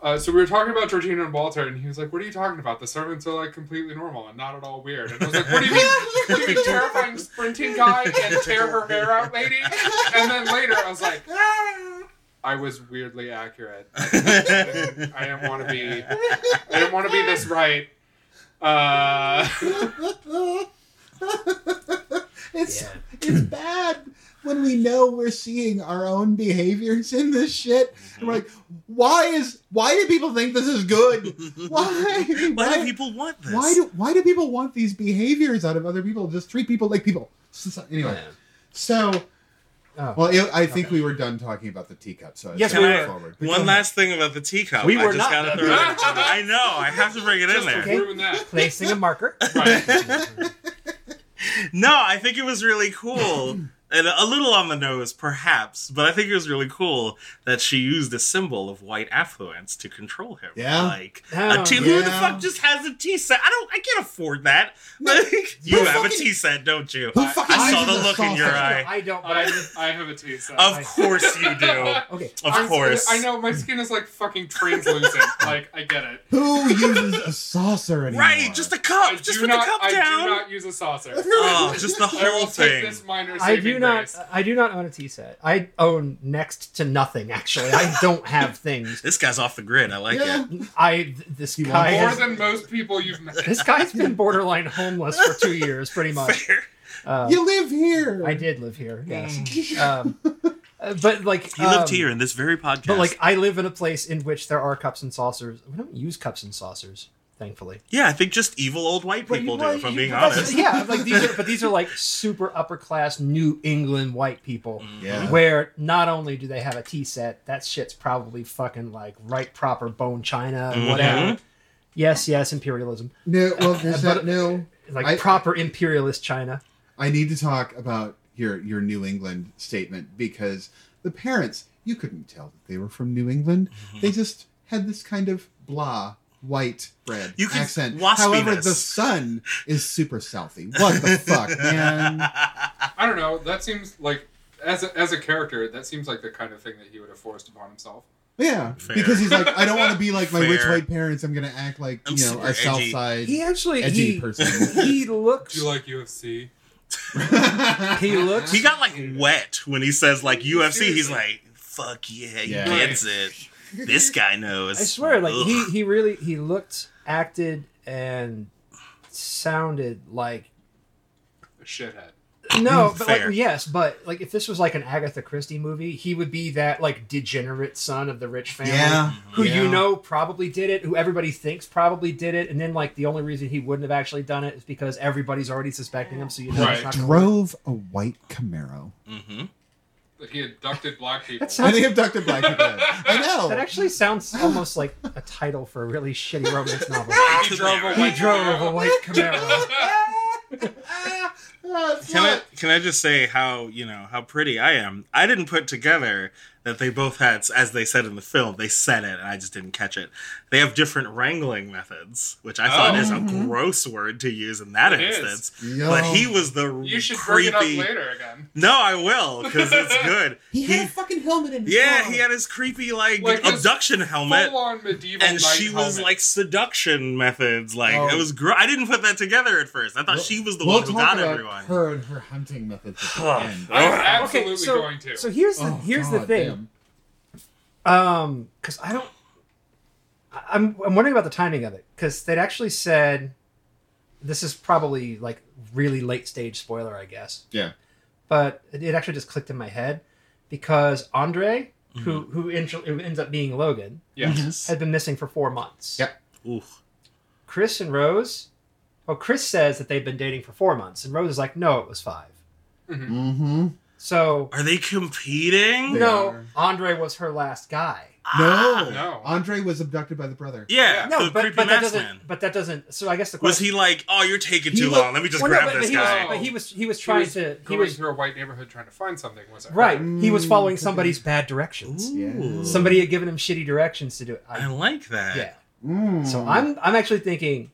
S4: Uh, so we were talking about Georgina and Walter, and he was like, "What are you talking about? The servants are like completely normal and not at all weird." And I was like, "What do you mean? What do you mean terrifying sprinting guy and tear her hair out, lady?" And then later, I was like, "I was weirdly accurate. I didn't, I didn't want to be. I didn't want to be this right." Uh,
S3: it's
S2: Yeah.
S3: it's bad when we know we're seeing our own behaviors in this shit. And we're like,
S1: Mm-hmm.
S3: why is why do people think this is good? Why?
S1: Why do people want this?
S3: why do why do people want these behaviors out of other people? Just treat people like people. So- Anyway,
S2: Yeah.
S3: so
S2: Oh.
S3: well, it, I think we were done talking about the teacup. So
S2: Yes,
S3: I
S1: we
S3: move
S1: were.
S3: forward. But
S1: One
S3: go
S1: last thing about the teacup.
S2: We
S1: I
S2: were
S1: just
S2: not
S1: gotta
S2: done.
S1: throw it. in. I know. I have to bring it in
S4: just
S1: there.
S4: to ruin that.
S2: Placing a marker. Um,
S4: Right.
S1: No, I think it was really cool. And a little on the nose, perhaps, but I think it was really cool that she used a symbol of white affluence to control him.
S3: Yeah.
S1: Like,
S2: Oh,
S1: a tea, who the
S3: yeah.
S1: fuck just has a tea set? I don't, I can't afford that.
S3: No,
S1: Like, you
S3: who
S1: have a
S3: fucking-
S1: tea set, don't you?
S3: Who fucking
S1: I saw
S3: uses
S1: the
S3: a
S1: look in your
S3: sausage?
S1: eye.
S2: I don't. But I,
S4: I, I have a tea set.
S1: Of course you do.
S2: okay.
S1: Of
S4: I'm-
S1: course.
S4: I know my skin is like fucking translucent. like I get it.
S3: on. Who uses a saucer anymore?
S1: Right, just a
S4: I
S1: cup. Just
S4: do
S1: put
S4: not,
S1: the cup
S4: I
S1: down.
S4: do not use a saucer.
S1: Oh, just the
S4: I will
S1: whole
S4: take
S1: thing.
S4: this minor
S2: I
S4: saving
S2: do not.
S4: race.
S2: I do not own a tea set. I own next to nothing. Actually, I don't have things.
S1: This guy's off the grid. I like
S3: yeah.
S1: it.
S2: I th- this
S3: He
S2: guy.
S3: wants
S4: More
S2: has-
S4: than most people you've met.
S2: this guy's been borderline homeless for two years, pretty much.
S1: Fair.
S2: Uh,
S3: You Mm. live here.
S2: I did live here. Yes.
S3: did.
S2: Um, uh, but like
S1: He lived
S2: um,
S1: here in this very podcast.
S2: But like I live in a place in which there are cups and saucers. We don't use cups and saucers, thankfully.
S1: yeah, I think just evil old white
S2: But you-
S1: people
S2: well,
S1: do. If I'm
S2: you-
S1: being
S2: that's-
S1: honest.
S2: Yeah, like these are but these are like super upper class New England white people.
S1: Mm,
S3: yeah.
S2: Where not only do they have a tea set, that shit's probably fucking like right proper bone china
S1: Mm-hmm.
S2: and whatever. Yes, yes, imperialism.
S3: No, well, there's
S2: But-
S3: that. No,
S2: Like
S3: I-
S2: proper imperialist China.
S3: I need to talk about your your New England statement because the parents you couldn't tell that they were from New England.
S1: Mm-hmm.
S3: They just had this kind of blah white bread
S1: You could-
S3: accent.
S1: waspiness.
S3: However, the son is super southy. What the fuck, man?
S4: I don't know. That seems like as a, as a character, that seems like the kind of thing that he would have forced upon himself.
S3: Yeah,
S1: Fair.
S3: because he's like, I don't want to be like my rich
S1: Fair.
S3: white parents. I'm gonna act like
S1: I'm
S3: you know
S1: super
S3: a South
S1: edgy.
S3: Side.
S2: He actually
S3: Edgy
S2: he,
S3: person.
S2: he looks
S4: Do you like UFC?
S2: he looks
S1: He got like wet when he says like UFC. He's like, "Fuck yeah, he
S3: Yeah.
S1: gets it." This guy knows.
S2: I swear, like
S1: Ugh.
S2: he he really he looked, acted, and sounded like
S4: A shithead. Mm,
S2: no, but
S1: Fair.
S2: like yes, but like if this was like an Agatha Christie movie, he would be that like degenerate son of the rich family
S3: yeah,
S2: who
S3: yeah.
S2: you know probably did it, who everybody thinks probably did it, and then like the only reason he wouldn't have actually done it is because everybody's already suspecting him, so you know
S4: Right.
S2: it's not. gonna work.
S3: drove a white Camaro.
S1: Mhm.
S4: That he abducted black people.
S2: That
S3: I
S2: sounds.
S3: think abducted black people. I know.
S2: That actually sounds almost like a title for a really shitty romance novel.
S4: he drove a
S2: He
S4: white
S2: drove a
S4: Camaro.
S2: white Camaro.
S3: Ah, ah, it's
S1: Can I
S3: not-
S1: can I just say how you know how pretty I am? I didn't put together that they both had, as they said in the film, they said it, and I just didn't catch it. They have different wrangling methods, which I thought
S4: Oh.
S1: is a gross word to use in that
S4: It is.
S1: instance.
S3: Yo.
S1: But he was the
S4: You should
S1: creepy.
S4: bring it up later again.
S1: No, I will because it's good.
S3: He had a fucking helmet in his
S1: yeah,
S3: car.
S1: he had his creepy like,
S4: Like his
S1: abduction helmet.
S4: Full on medieval
S1: and
S4: knight
S1: she was
S4: helmet.
S1: like seduction methods. Like
S3: Oh.
S1: it was. Gr- I didn't put that together at first. I thought
S3: We'll-
S1: she was the
S3: we'll
S1: one who
S3: talk
S1: got
S3: about
S1: everyone.
S3: Her and her hunting methods at the end.
S4: I'm
S1: Okay,
S4: absolutely
S2: Okay, so
S4: going to.
S2: so here's the
S3: Oh,
S2: here's the
S3: God
S2: thing.
S3: damn.
S2: Um, because I don't. I- I'm I'm wondering about the timing of it because they'd actually said, this is probably like really late stage spoiler, I guess.
S3: Yeah.
S2: But it, it actually just clicked in my head because Andre,
S1: Mm-hmm.
S2: who who, intro, who ends up being Logan,
S4: yeah.
S2: had been missing for four months.
S3: Yep.
S1: Oof.
S2: Chris and Rose. Well, Chris says that they've been dating for four months, and Rose is like, no, it was five.
S3: Mm-hmm.
S2: So
S1: Are they competing? Ah.
S3: They
S2: no,
S3: are.
S2: Andre was her last guy.
S3: No.
S4: No.
S3: Andre was abducted by the brother.
S1: Yeah,
S2: No,
S1: the
S2: but,
S1: creepy
S2: but that
S1: masked
S2: doesn't.
S1: man.
S2: But that doesn't. So I guess the question
S1: Was he like, oh, you're taking
S3: He
S1: too
S3: looked-
S1: long. Let me just
S2: Well, no,
S1: grab
S2: but,
S1: this
S2: but
S1: guy.
S2: He was, but he was he was
S4: He
S2: trying
S4: was
S2: to he
S4: going
S2: was
S4: through Mm-hmm. a white neighborhood trying to find something. Was it
S2: right.
S4: her?
S2: He was following
S3: Mm,
S2: somebody's bad directions.
S1: Ooh.
S2: Somebody had given him shitty directions to do it.
S1: I
S2: I,
S1: like that.
S2: yeah.
S3: Mm.
S2: So I'm I'm actually thinking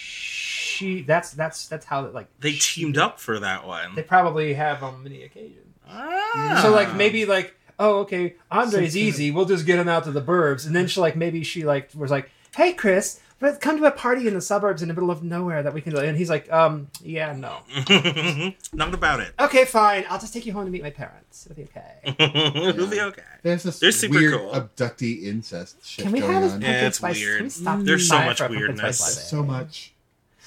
S2: she that's that's that's how like
S1: They teamed up for that one.
S2: they probably have on many occasions.
S1: Ah.
S2: So like maybe like oh okay Andre's
S3: Some-
S2: easy we'll just get him out to the burbs and then she like maybe she like was like hey Chris let's come to a party in the suburbs in the middle of nowhere that we can and he's like um yeah no
S1: Not about it.
S2: okay fine I'll just take you home to meet my parents it'll be okay.
S1: It'll be okay.
S3: There's this
S1: They're super
S3: weird
S1: cool.
S3: abductee incest shit
S2: Can we
S3: going
S2: have this
S3: on.
S2: pumpkin
S1: Yeah, it's
S2: spice?
S1: weird.
S2: Can we stop
S1: There's so
S2: buying
S1: much
S2: for a pumpkin
S1: weirdness.
S2: spice latte?
S3: So much.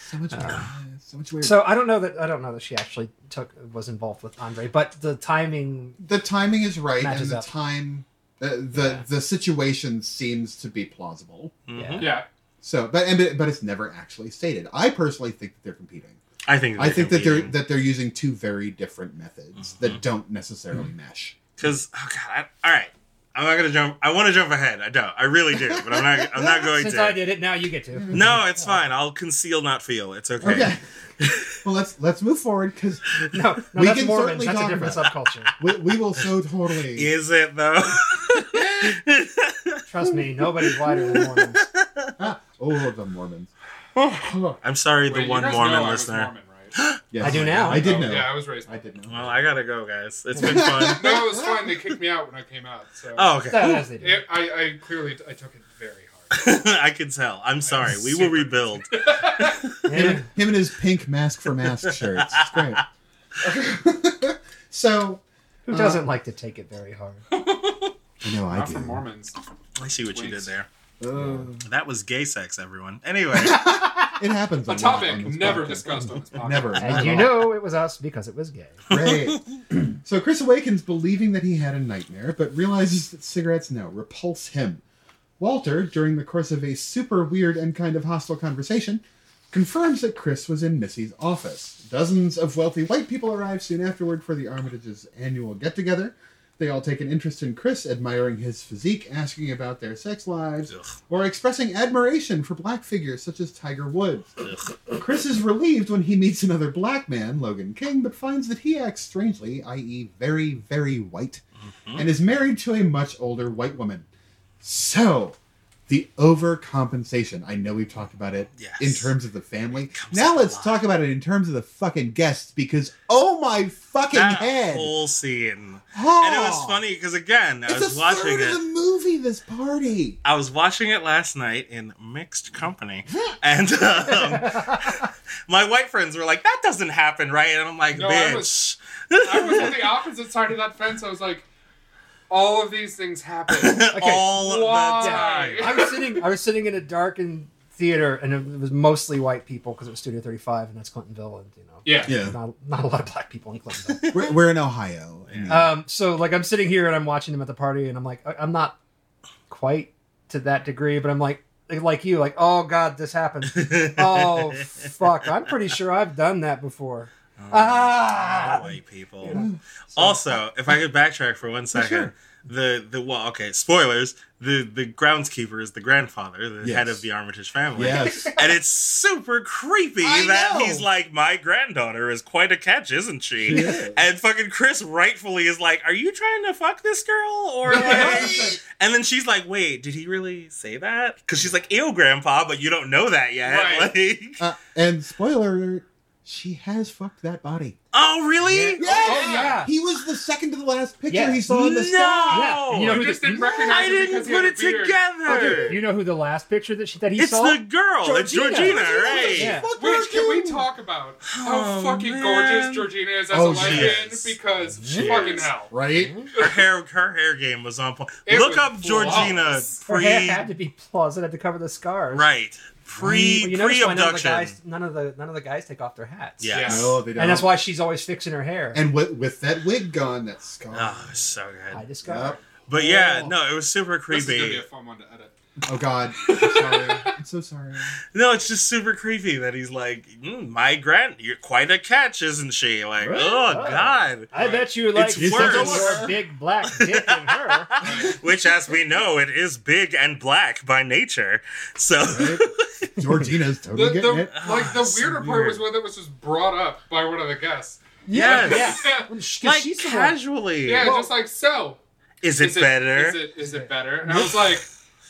S3: So
S2: Uh.
S3: much. weird. so much weird.
S2: So I don't know that I don't know that she actually took was involved with Andre, but the timing.
S3: the timing is right, and
S2: Matches
S3: the
S2: up.
S3: time, uh, the
S2: Yeah.
S3: the situation seems to be plausible.
S1: Mhm.
S4: Yeah.
S3: So, but and but- but it's never actually stated. I personally think that they're competing.
S1: I think.
S3: I think that they're
S1: competing. Mm-hmm.
S3: that they're using two very different methods that don't necessarily
S2: Mm-hmm.
S3: mesh.
S1: Because oh god, I, all right, I'm not gonna jump. I want to jump ahead. I don't. I really do, but I'm not. I'm not going
S2: Since
S1: to.
S2: I did it, now you get to.
S1: No, it's fine. I'll conceal, not feel. It's okay.
S3: Okay. well, let's let's move forward because
S2: No, no,
S3: We
S2: that's
S3: can
S2: Mormons.
S3: certainly
S2: That's a
S3: talk
S2: different
S3: about
S2: subculture.
S3: we, we will so totally.
S1: Is it though?
S2: Trust me, nobody's wider than Mormons.
S3: Ah, oh, the Mormons.
S1: I'm sorry, the
S4: Wait, you
S1: one
S4: guys know
S1: Mormon
S4: I was
S1: listener.
S4: Mormon, right?
S3: Yes.
S2: I do now.
S3: I did
S4: Oh,
S3: know.
S4: Yeah, I was raised.
S3: I did know.
S1: Well, I gotta go, guys. It's been fun.
S4: No, it was fine. They kicked me out when I came out. So
S1: Oh,
S2: That's
S1: okay.
S2: how they do.
S4: It- I, I clearly I took it very hard.
S1: I can tell. I'm sorry. We will
S4: super-
S1: rebuild.
S2: Yeah.
S3: Him and his pink mask for mask shirts. It's great. So
S2: Who
S3: Uh,
S2: doesn't like to take it very hard?
S3: I know I
S4: Not
S3: do.
S4: for Mormons.
S1: I see what you did
S4: Twinks.
S1: there.
S3: Ugh.
S1: That was gay sex, everyone. Anyway,
S3: Uh, it happens.
S4: A
S3: lot on
S4: topic
S3: this
S4: never
S3: podcast.
S4: discussed on this podcast.
S3: Never.
S2: And you know it was us because it was gay.
S3: Great. so Chris awakens believing that he had a nightmare, but realizes that cigarettes now repulse him. Walter, during the course of a super weird and kind of hostile conversation, confirms that Chris was in Missy's office. Dozens of wealthy white people arrive soon afterward for the Armitage's annual get together. They all take an interest in Chris, admiring his physique, asking about their sex lives,
S1: Ugh.
S3: or expressing admiration for black figures such as Tiger Woods.
S1: Ugh.
S3: Chris is relieved when he meets another black man, Logan King, but finds that he acts strangely, i.e., very, very white,
S1: Mm-hmm.
S3: and is married to a much older white woman. So, the overcompensation. I know we've talked about it
S1: Yes.
S3: in terms of the family.
S1: comes
S3: Now
S1: up a
S3: let's
S1: lot.
S3: talk about it in terms of the fucking guests because oh my fucking
S1: that
S3: head!
S1: whole scene.
S3: Oh,
S1: And it was funny because again, I
S3: It's
S1: was
S3: a
S1: watching
S3: third of the
S1: it.
S3: movie. This party.
S1: I was watching it last night in mixed company, and um, my white friends were like, "That doesn't happen, right?" And I'm like,
S4: No, I
S1: "Bitch."
S4: was- I was on the opposite side of that fence. I was like, all of these things happen.
S1: All
S4: Why?
S1: the time.
S2: I was sitting I was sitting in a darkened theater and it was mostly white people because it was Studio 35 and that's Clintonville and you know
S4: Yeah.
S2: not, not a lot of black people in Clintonville.
S3: we're, we're in Ohio. I mean,
S2: um, so like I'm sitting here and I'm watching them at the party and I'm like I- I'm not quite to that degree but I'm like like you like oh god this happened oh fuck i'm pretty sure i've done that before ah
S1: white people.
S2: Yeah.
S1: Also, if I could backtrack for one second,
S3: sure.
S1: the the well, okay, spoilers. The the groundskeeper is the grandfather, the
S3: Yes.
S1: head of the Armitage family.
S3: uh, yes.
S1: And it's super creepy
S3: I
S1: that
S3: know.
S1: he's like, My granddaughter is quite a catch, isn't she?
S3: She is.
S1: And fucking Chris rightfully is like, Are you trying to fuck this girl? Or like And then she's like, Wait, did he really say that? Because she's like, Ew, grandpa, but you don't know that yet.
S4: Right.
S1: Like
S3: Uh, and spoiler alert, she has fucked that body.
S1: Oh really?
S4: Yeah.
S2: Oh, yeah.
S3: He was the second to the last picture
S2: Yeah.
S3: he saw in the
S1: No.
S3: sky.
S2: yeah and you know
S4: You
S2: who
S4: just
S2: the, Oh,
S4: didn't recognize
S1: I
S4: him
S1: didn't
S4: because he
S1: put
S4: had
S1: it
S4: a beard.
S1: together.
S2: you know who the last picture that she, that he
S1: it's
S2: saw
S1: the girl. It's
S2: Georgina.
S1: Georgina, right?
S2: Yeah.
S3: Fuck her
S4: Which can we
S3: too.
S4: talk about how
S1: Oh,
S4: fucking
S1: man.
S4: gorgeous Georgina is as
S3: Oh,
S4: a
S3: she
S4: lesbian?
S1: is.
S4: Because
S1: She
S4: fucking
S1: is.
S4: hell,
S3: Right?
S1: Her hair, her hair game was on point.
S4: It
S1: Look
S4: was
S1: up Georgina
S4: flawless.
S2: her
S1: pre,
S2: hair had to be plus it had to cover the scars
S1: right? Pre
S2: Well, you notice
S1: pre
S2: why none of the
S1: abduction.
S2: guys none of the none of the guys take off their hats
S1: Yes.
S3: No, they don't.
S2: and that's why she's always fixing her hair
S3: And with, with that wig gone, that scar.
S1: Oh, it was so
S2: i
S1: good.
S2: discovered
S3: Yep.
S1: But yeah,
S3: Oh.
S1: no, it was super
S4: this is gonna be
S1: creepy.
S4: a fun one to edit.
S3: Oh God, I'm sorry. I'm so sorry.
S1: No, it's just super creepy that he's like, mm, "My grand, you're quite a catch, isn't she?" Like,
S2: Right.
S1: oh
S2: Oh.
S1: god.
S2: I bet you like
S1: It's
S2: something
S3: worse.
S2: more big black dick than her.
S1: Which, as we know, it is big and black by nature. So
S3: Right? Georgina's totally
S4: The,
S3: getting
S4: the,
S3: it.
S4: like the
S1: It's
S4: weirder part
S1: weird.
S4: was when it was just brought up by one of the guests.
S1: Yes.
S2: yeah.
S4: yeah,
S2: Well, she- 'cause
S1: like
S2: she's the one-
S1: casually,
S4: yeah, just like so.
S1: is it better?
S4: Is it, is it better? And I was like,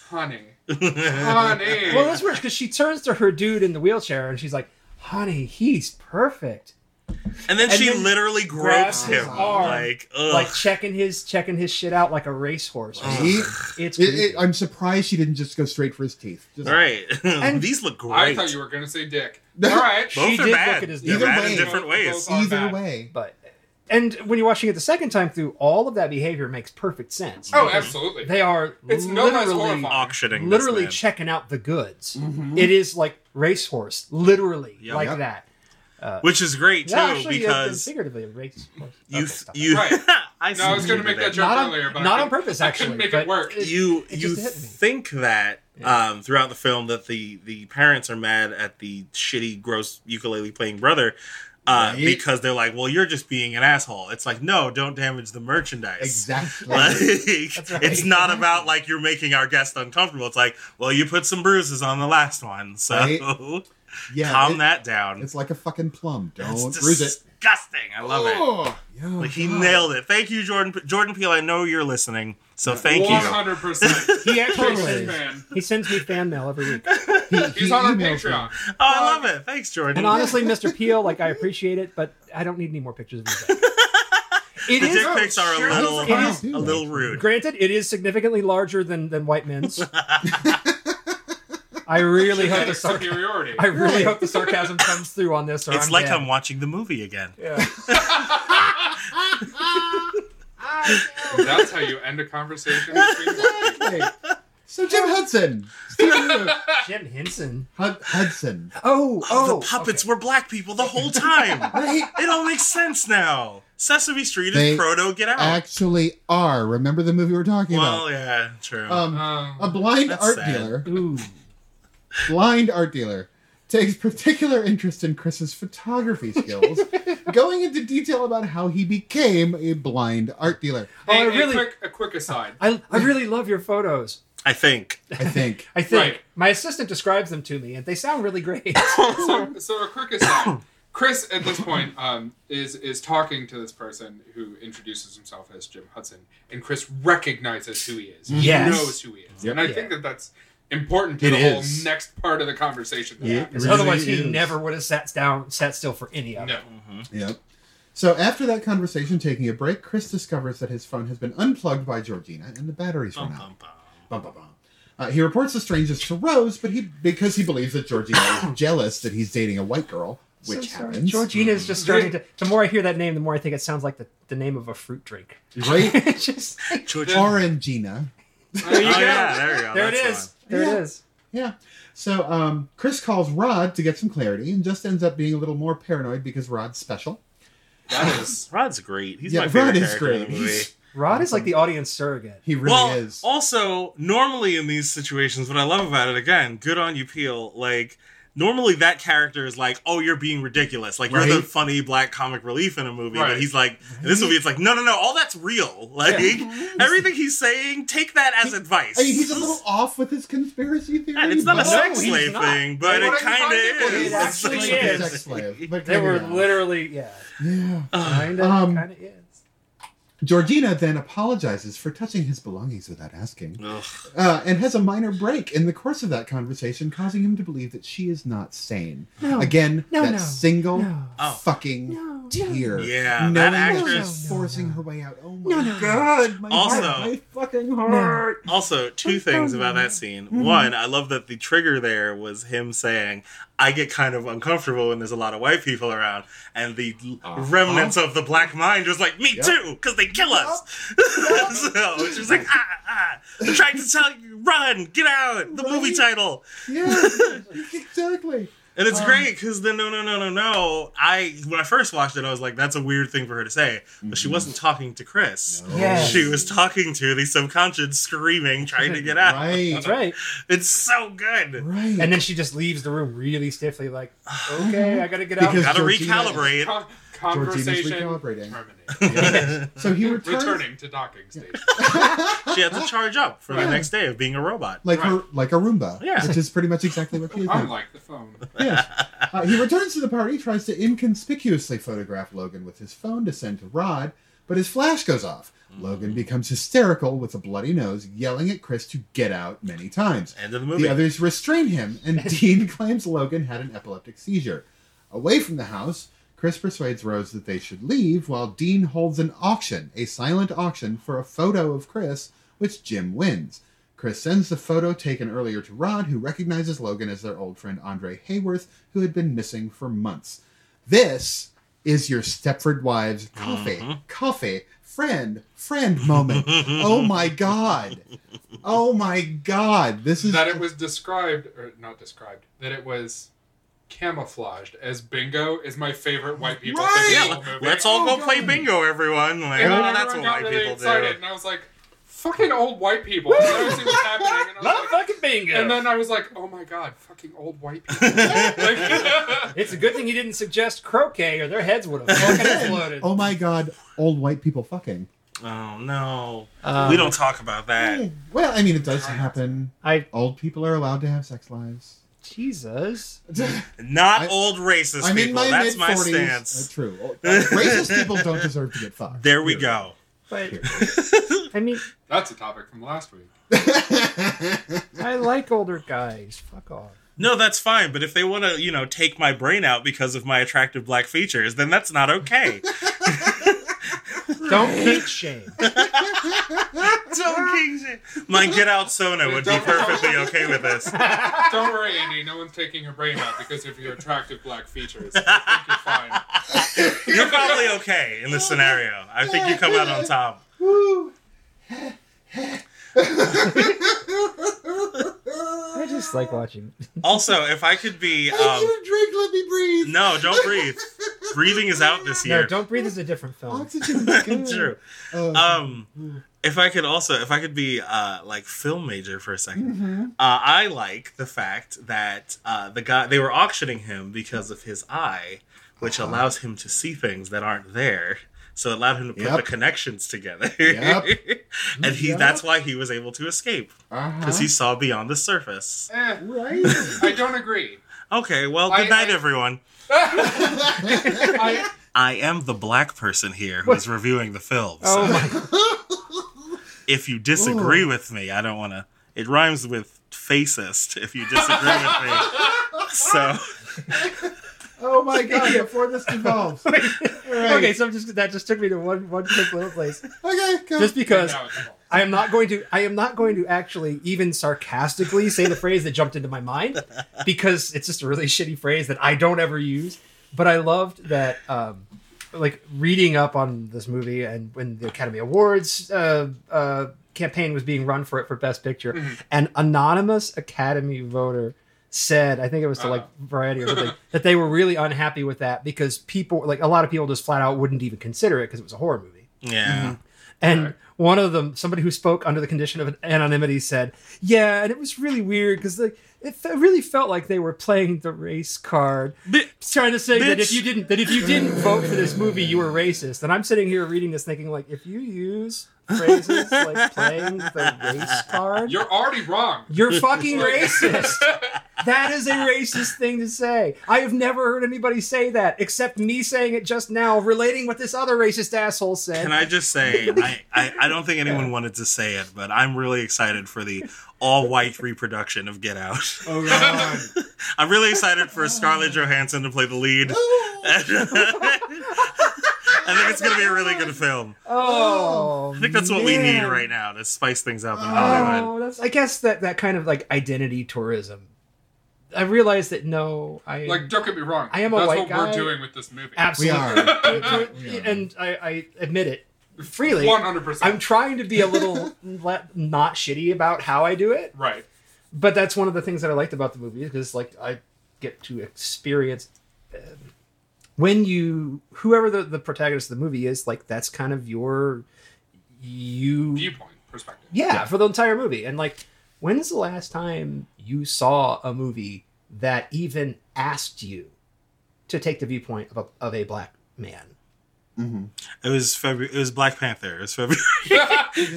S4: honey, honey.
S2: Well, that's weird because she turns to her dude in the wheelchair and she's like, "Honey, he's perfect."
S1: And then
S2: And
S1: she
S2: then
S1: literally
S2: grabs
S1: gropes
S2: his
S1: him.
S2: arm,
S1: like, ugh.
S2: Like checking his checking his shit out like a racehorse. Or something.
S3: See?
S2: It's
S3: It- it-
S2: creepy.
S3: I'm surprised she didn't just go straight for his teeth. Just-
S1: All right.
S2: And-
S1: These look
S4: I
S1: great.
S4: thought you were gonna say dick. All right.
S1: Both
S2: She
S1: are
S2: did
S1: bad.
S2: look at his
S1: They're
S3: Either
S1: bad
S3: way.
S1: in different ways.
S4: Both are
S3: Either
S4: bad.
S3: way,
S2: but and when you watching it the second time through, all of that behavior makes perfect sense.
S4: Oh, absolutely.
S2: They are
S4: It's no less
S2: literally
S4: horrifying. Mm-hmm.
S1: Auctioning. this
S2: literally
S1: man.
S2: checking out the goods. It is like racehorse, literally
S1: Yep.
S2: like
S3: Yep.
S2: that.
S1: Which is great, too,
S2: Yeah, actually,
S1: because
S2: yeah, figuratively a racehorse.
S1: you.
S2: Okay, stop it.
S1: you
S4: Right.
S1: I
S4: No, I was
S1: see
S4: gonna
S1: you
S4: make
S1: did
S4: that
S1: it.
S4: joke
S2: not on,
S4: earlier, but
S2: not
S4: I
S2: on
S4: couldn't-
S2: purpose.
S4: I
S2: Actually,
S4: couldn't make
S2: but
S4: it work.
S1: You,
S2: it
S1: you
S2: just hit me.
S1: think that um, throughout the film that the, the parents are mad at the shitty, gross ukulele playing brother. Uh,
S3: Right.
S1: Because they're like, well, you're just being an asshole. It's like, no, don't damage the merchandise.
S3: exactly.
S1: Like,
S2: right.
S1: it's not about like you're making our guest uncomfortable. It's like, well, you put some bruises on the last one, so
S3: Right. yeah,
S1: calm
S3: it-
S1: that down.
S3: It's like a fucking plum.
S1: That's
S3: Don't bruise it.
S1: disgusting. I love it.
S3: Oh, yeah,
S1: Like he
S3: God.
S1: nailed it. Thank you, Jordan. Jordan Peele. I know you're listening, so thank
S4: One
S1: you.
S4: hundred percent.
S2: He actually
S4: Totally.
S2: sends, he sends me fan mail every week.
S3: He-
S4: He's
S3: he
S4: on our
S3: emails me.
S4: Patreon.
S1: Oh, I love it. Thanks, Jordan.
S2: And honestly, Mr. Peel, like I appreciate it, but I don't need any more pictures of his dick. It
S1: the dick
S2: is
S1: pics are a
S4: sure,
S1: little,
S2: it is-
S1: a little rude.
S2: granted, it is significantly larger than than white men's. I really hope the sarc-
S4: superiority.
S2: I really hope the sarcasm comes through on this. Or
S1: It's
S2: I'm
S1: like
S2: dead.
S1: I'm watching the movie again.
S2: Yeah.
S4: That's how you end a conversation. between white people.
S3: Okay. So Jim Hudson, Speaking of
S2: Jim Henson.
S3: Hud- Hudson,
S2: Oh, oh,
S1: the puppets were black people the whole time.
S3: right?
S1: it all makes sense now. Sesame Street
S3: They
S1: is proto Get Out.
S3: Actually, are remember the movie we were talking
S1: well, yeah, true.
S3: about? Um, a
S4: Um,
S3: blind
S1: That's
S3: art
S1: sad.
S3: dealer,
S2: okay. Ooh,
S3: blind art dealer, takes particular interest in Chris's photography skills, going into detail about how he became a blind art dealer.
S2: Oh, I
S4: hey, hey,
S2: really-
S4: quick, a quick aside.
S2: I, I really love your photos.
S1: I think.
S3: I think.
S2: I think
S4: Right.
S2: my assistant describes them to me, and they sound really great.
S4: so, so a quick aside. Chris, at this point, um, is is talking to this person who introduces himself as Jim Hudson, and Chris recognizes who he is. He
S2: Yes.
S4: knows who he is,
S3: Yep.
S4: and I think that that's important to
S3: It
S4: the
S3: is.
S4: whole next part of the conversation. that
S3: Yeah.
S4: happens.
S2: Because
S3: Really
S2: otherwise, he
S3: is.
S2: never would have sat down, sat still for any of it.
S4: No.
S3: Yep. So after that conversation, taking a break, Chris discovers that his phone has been unplugged by Georgina and the batteries run
S1: Bum,
S3: out.
S1: bum, bum.
S3: Bum, bum, bum. Uh, he reports the strangeness to Rose, but he because he believes that Georgina is jealous that he's dating a white girl,
S2: So
S3: which
S2: sorry. Mm-hmm.
S3: happens.
S2: Georgina is just starting to. The more I hear that name, the more I think it sounds like the, the name of a fruit drink.
S3: Right?
S2: It's just
S1: George- oh,
S3: Orangina.
S4: There
S2: you go.
S1: yeah, there
S3: Oh,
S1: you go.
S2: there it
S1: That's the
S2: is. There
S3: Yeah.
S2: it is.
S3: Yeah. So um, Chris calls Rod to get some clarity and just ends up being a little more paranoid because Rod's special.
S4: That is
S1: one. Rod's great. He's
S3: Yeah,
S1: my favorite
S3: Rod is
S1: character in
S3: great.
S1: the movie.
S3: He's-
S2: Rod is like the audience surrogate.
S3: He really
S1: well, oh,
S3: is.
S1: also, normally in these situations, what I love about it, again, good on you, Peel. Like, normally that character is like, oh, you're being ridiculous. Like, you're the
S3: Right.
S1: funny black comic relief in a movie.
S4: Right.
S1: But he's like, in this movie, it's like, no, no, no, all that's real. Like, everything he's saying, take that as advice.
S3: I mean, he's a little off with his conspiracy theory.
S1: Yeah, it's not a
S3: but-
S1: sex
S2: he's
S1: slave
S2: not.
S1: thing, but
S4: Like,
S1: it
S4: what are you
S1: kind of
S4: talking
S1: is.
S2: about? It actually
S1: It's
S3: He's
S1: like-
S3: a
S2: is.
S3: sex slave, but
S2: They were
S3: kinda not.
S2: literally, yeah,
S3: Yeah.
S1: Ugh.
S2: kind
S3: Um,
S2: of, kind of is.
S3: Georgina then apologizes for touching his belongings without asking,
S1: Ugh.
S3: uh, and has a minor break in the course of that conversation, causing him to believe that she is not sane.
S2: No.
S3: Again,
S2: No,
S3: that
S2: no.
S3: single
S2: No.
S1: Oh.
S3: fucking
S2: No.
S3: tear.
S1: Yeah,
S3: knowing
S1: that
S3: that
S1: actress-
S3: she's
S2: No, no,
S3: forcing
S2: no.
S3: her way out. Oh my
S2: No, no, no.
S3: god! My
S1: Also-
S3: heart, my fucking heart.
S1: Also, two things about that scene.
S3: Mm-hmm.
S1: One, I love that the trigger there was him saying, I get kind of uncomfortable when there's a lot of white people around. And the l-
S4: Uh-huh.
S1: remnants of the black mind was like, Me
S3: Yep.
S1: too, because they kill us. so she was like, Ah, ah, I'm trying to tell you, run, get out, the movie
S3: Right.
S1: title.
S3: Yeah, exactly.
S1: And it's
S3: Um,
S1: great because the no, no, no, no, no. I, when I first watched it, I was like, That's a weird thing for her to say. But
S3: Mm-hmm.
S1: she wasn't talking to Chris.
S2: Yes.
S1: She was talking to the subconscious, screaming, trying to get out.
S3: Right,
S2: That's right.
S1: It's so good.
S3: right.
S2: And then she just leaves the room really stiffly, like, okay, I gotta get out.
S3: Because-
S1: Gotta
S3: Georgina-
S1: recalibrate.
S4: con- conversation
S3: recalibrating.
S4: terminated.
S3: so he returns.
S4: Returning to docking station.
S1: She had to charge up for
S3: Yeah.
S1: the next day of being a robot.
S3: like her,
S4: Right.
S3: like a Roomba,
S1: Yeah.
S3: which is pretty much exactly what he is. now.
S4: Unlike the phone.
S3: Yes. Uh, he returns to the party, tries to inconspicuously photograph Logan with his phone to send to Rod, but his flash goes off. Logan becomes hysterical with a bloody nose, yelling at Chris to get out many times.
S1: End of the movie.
S3: The others restrain him, and Dean claims Logan had an epileptic seizure. Away from the house, Chris persuades Rose that they should leave while Dean holds an auction, a silent auction, for a photo of Chris, which Jim wins. Chris sends the photo taken earlier to Rod, who recognizes Logan as their old friend Andre Hayworth, who had been missing for months. This is your Stepford Wives coffee,
S4: Mm-hmm.
S3: coffee, friend, friend moment. oh my God. Oh my God. This is
S4: that it was described or not described that it was camouflaged as bingo is my favorite white people
S3: Right!
S4: thing in
S1: yeah,
S4: the whole
S1: let-
S4: movie.
S1: let's all
S3: Oh,
S1: go play
S3: God.
S1: bingo, everyone. Like,
S4: and
S1: oh,
S4: then
S1: that's what
S4: everyone got
S1: white
S4: really
S1: people
S4: excited,
S1: do.
S4: and I was like, "Fucking old white people!" And I was see what's happening, and I was like,
S2: fucking bingo.
S4: and then I was like, "Oh my god, fucking old white people!" Like-
S2: it's a good thing he didn't suggest croquet, or their heads would have fucking exploded.
S3: Oh my god, old white people fucking.
S1: Oh no,
S2: Um,
S1: we don't talk about that.
S3: Well, I mean, it does happen.
S2: I
S3: Old people are allowed to have sex lives.
S2: Jesus.
S1: Not
S3: I-
S1: old racist
S3: I'm in
S1: people.
S3: my
S1: That's
S3: mid
S1: my
S3: forties.
S1: stance.
S3: True. Oh, uh, Racist people don't deserve to get fucked.
S1: There we
S3: Period.
S1: go.
S2: But I mean,
S4: That's a topic from last week.
S2: I like older guys. Fuck off.
S1: No, that's fine. But if they want to, you know, take my brain out because of my attractive black features, then that's not okay.
S2: Don't keep shame.
S1: Don't king shit. My get out Sona would be perfectly okay with this.
S4: Don't worry, Andy. No one's taking your brain out because of your attractive black features. I think you're fine.
S1: You're probably entirely okay in this scenario. I think you come out on top.
S3: Woo.
S2: I just like watching.
S1: Also, if I could be,
S3: I
S1: um,
S3: need a drink. Let me breathe.
S1: no, don't breathe. Breathing is out this
S2: No,
S1: year.
S2: Don't Breathe is a different film.
S3: Oxygen is good.
S1: True.
S3: Oh,
S1: Um, if I could also, if I could be uh, like film major for a 2nd
S3: Mm-hmm.
S1: uh, I like the fact that uh, the guy they were auctioning him because of his eye, which
S3: Uh-huh.
S1: allows him to see things that aren't there. So it allowed him to put
S3: Yep.
S1: the connections together,
S3: Yep.
S1: and he
S3: Yep.
S1: that's why he was able to escape
S3: uh-huh.
S1: because he saw beyond the surface.
S4: Eh,
S3: right.
S4: I don't agree.
S1: Okay, well,
S4: I-
S1: good night,
S4: I-
S1: everyone.
S4: I,
S1: I am the black person here who's reviewing the film.
S2: Oh
S1: so-
S2: my!
S1: if you disagree
S3: Ooh.
S1: with me, I don't want to. It rhymes with facist. If you disagree with me, so
S3: oh my god! Before this devolves. All right.
S2: Okay, so I'm just that just took me to one one quick little place.
S3: Okay. Go.
S2: Just because
S4: No, it's false.
S2: I am not going to I am not going to actually even sarcastically say the phrase that jumped into my mind because it's just a really shitty phrase that I don't ever use. But I loved that um like reading up on this movie and when the Academy Awards uh uh campaign was being run for it for best picture an anonymous academy voter said i think it was to like variety or something that they were really unhappy with that because people like a lot of people just flat out wouldn't even consider it because it was a horror movie
S1: yeah.
S2: and one of them, somebody who spoke under the condition of anonymity, said, "Yeah, and it was really weird because like it fe- really felt like they were playing the race card,
S1: Bi-
S2: trying to say that if
S1: Bitch.
S2: you didn't that if you didn't vote for this movie, you were racist." And I'm sitting here reading this, thinking like, if you use phrases like playing the race card,
S4: You're already wrong.
S2: you're fucking racist. That is a racist thing to say. I have never heard anybody say that except me saying it just now, relating what this other racist asshole said.
S1: Can I just say, I, I, I don't think anyone wanted to say it, but I'm really excited for the all white reproduction of Get Out.
S3: Oh god.
S1: I'm really excited for Scarlett Johansson to play the lead.
S3: Oh,
S1: I think it's going to be a really good film.
S2: Oh,
S1: I think that's what we need
S2: man.
S1: right now to spice things up in Hollywood.
S2: Oh, that's, I guess that that kind of like identity tourism. I realize that no, I
S4: Like, don't get me wrong.
S2: I am a
S4: That's
S2: white
S4: what
S2: guy.
S4: we're doing with this movie.
S2: absolutely,
S3: We are. We are.
S2: and I, I admit it freely.
S4: One hundred
S2: I'm
S4: percent.
S2: trying to be a little le- not shitty about how I do it,
S4: Right.
S2: but that's one of the things that I liked about the movie because like I get to experience um, when you whoever the, the protagonist of the movie is like that's kind of your you
S4: Viewpoint, perspective.
S2: Yeah, for the entire movie. And like, when's the last time you saw a movie that even asked you to take the viewpoint of a, of a black man?
S1: It was February. It was Black Panther. It was February,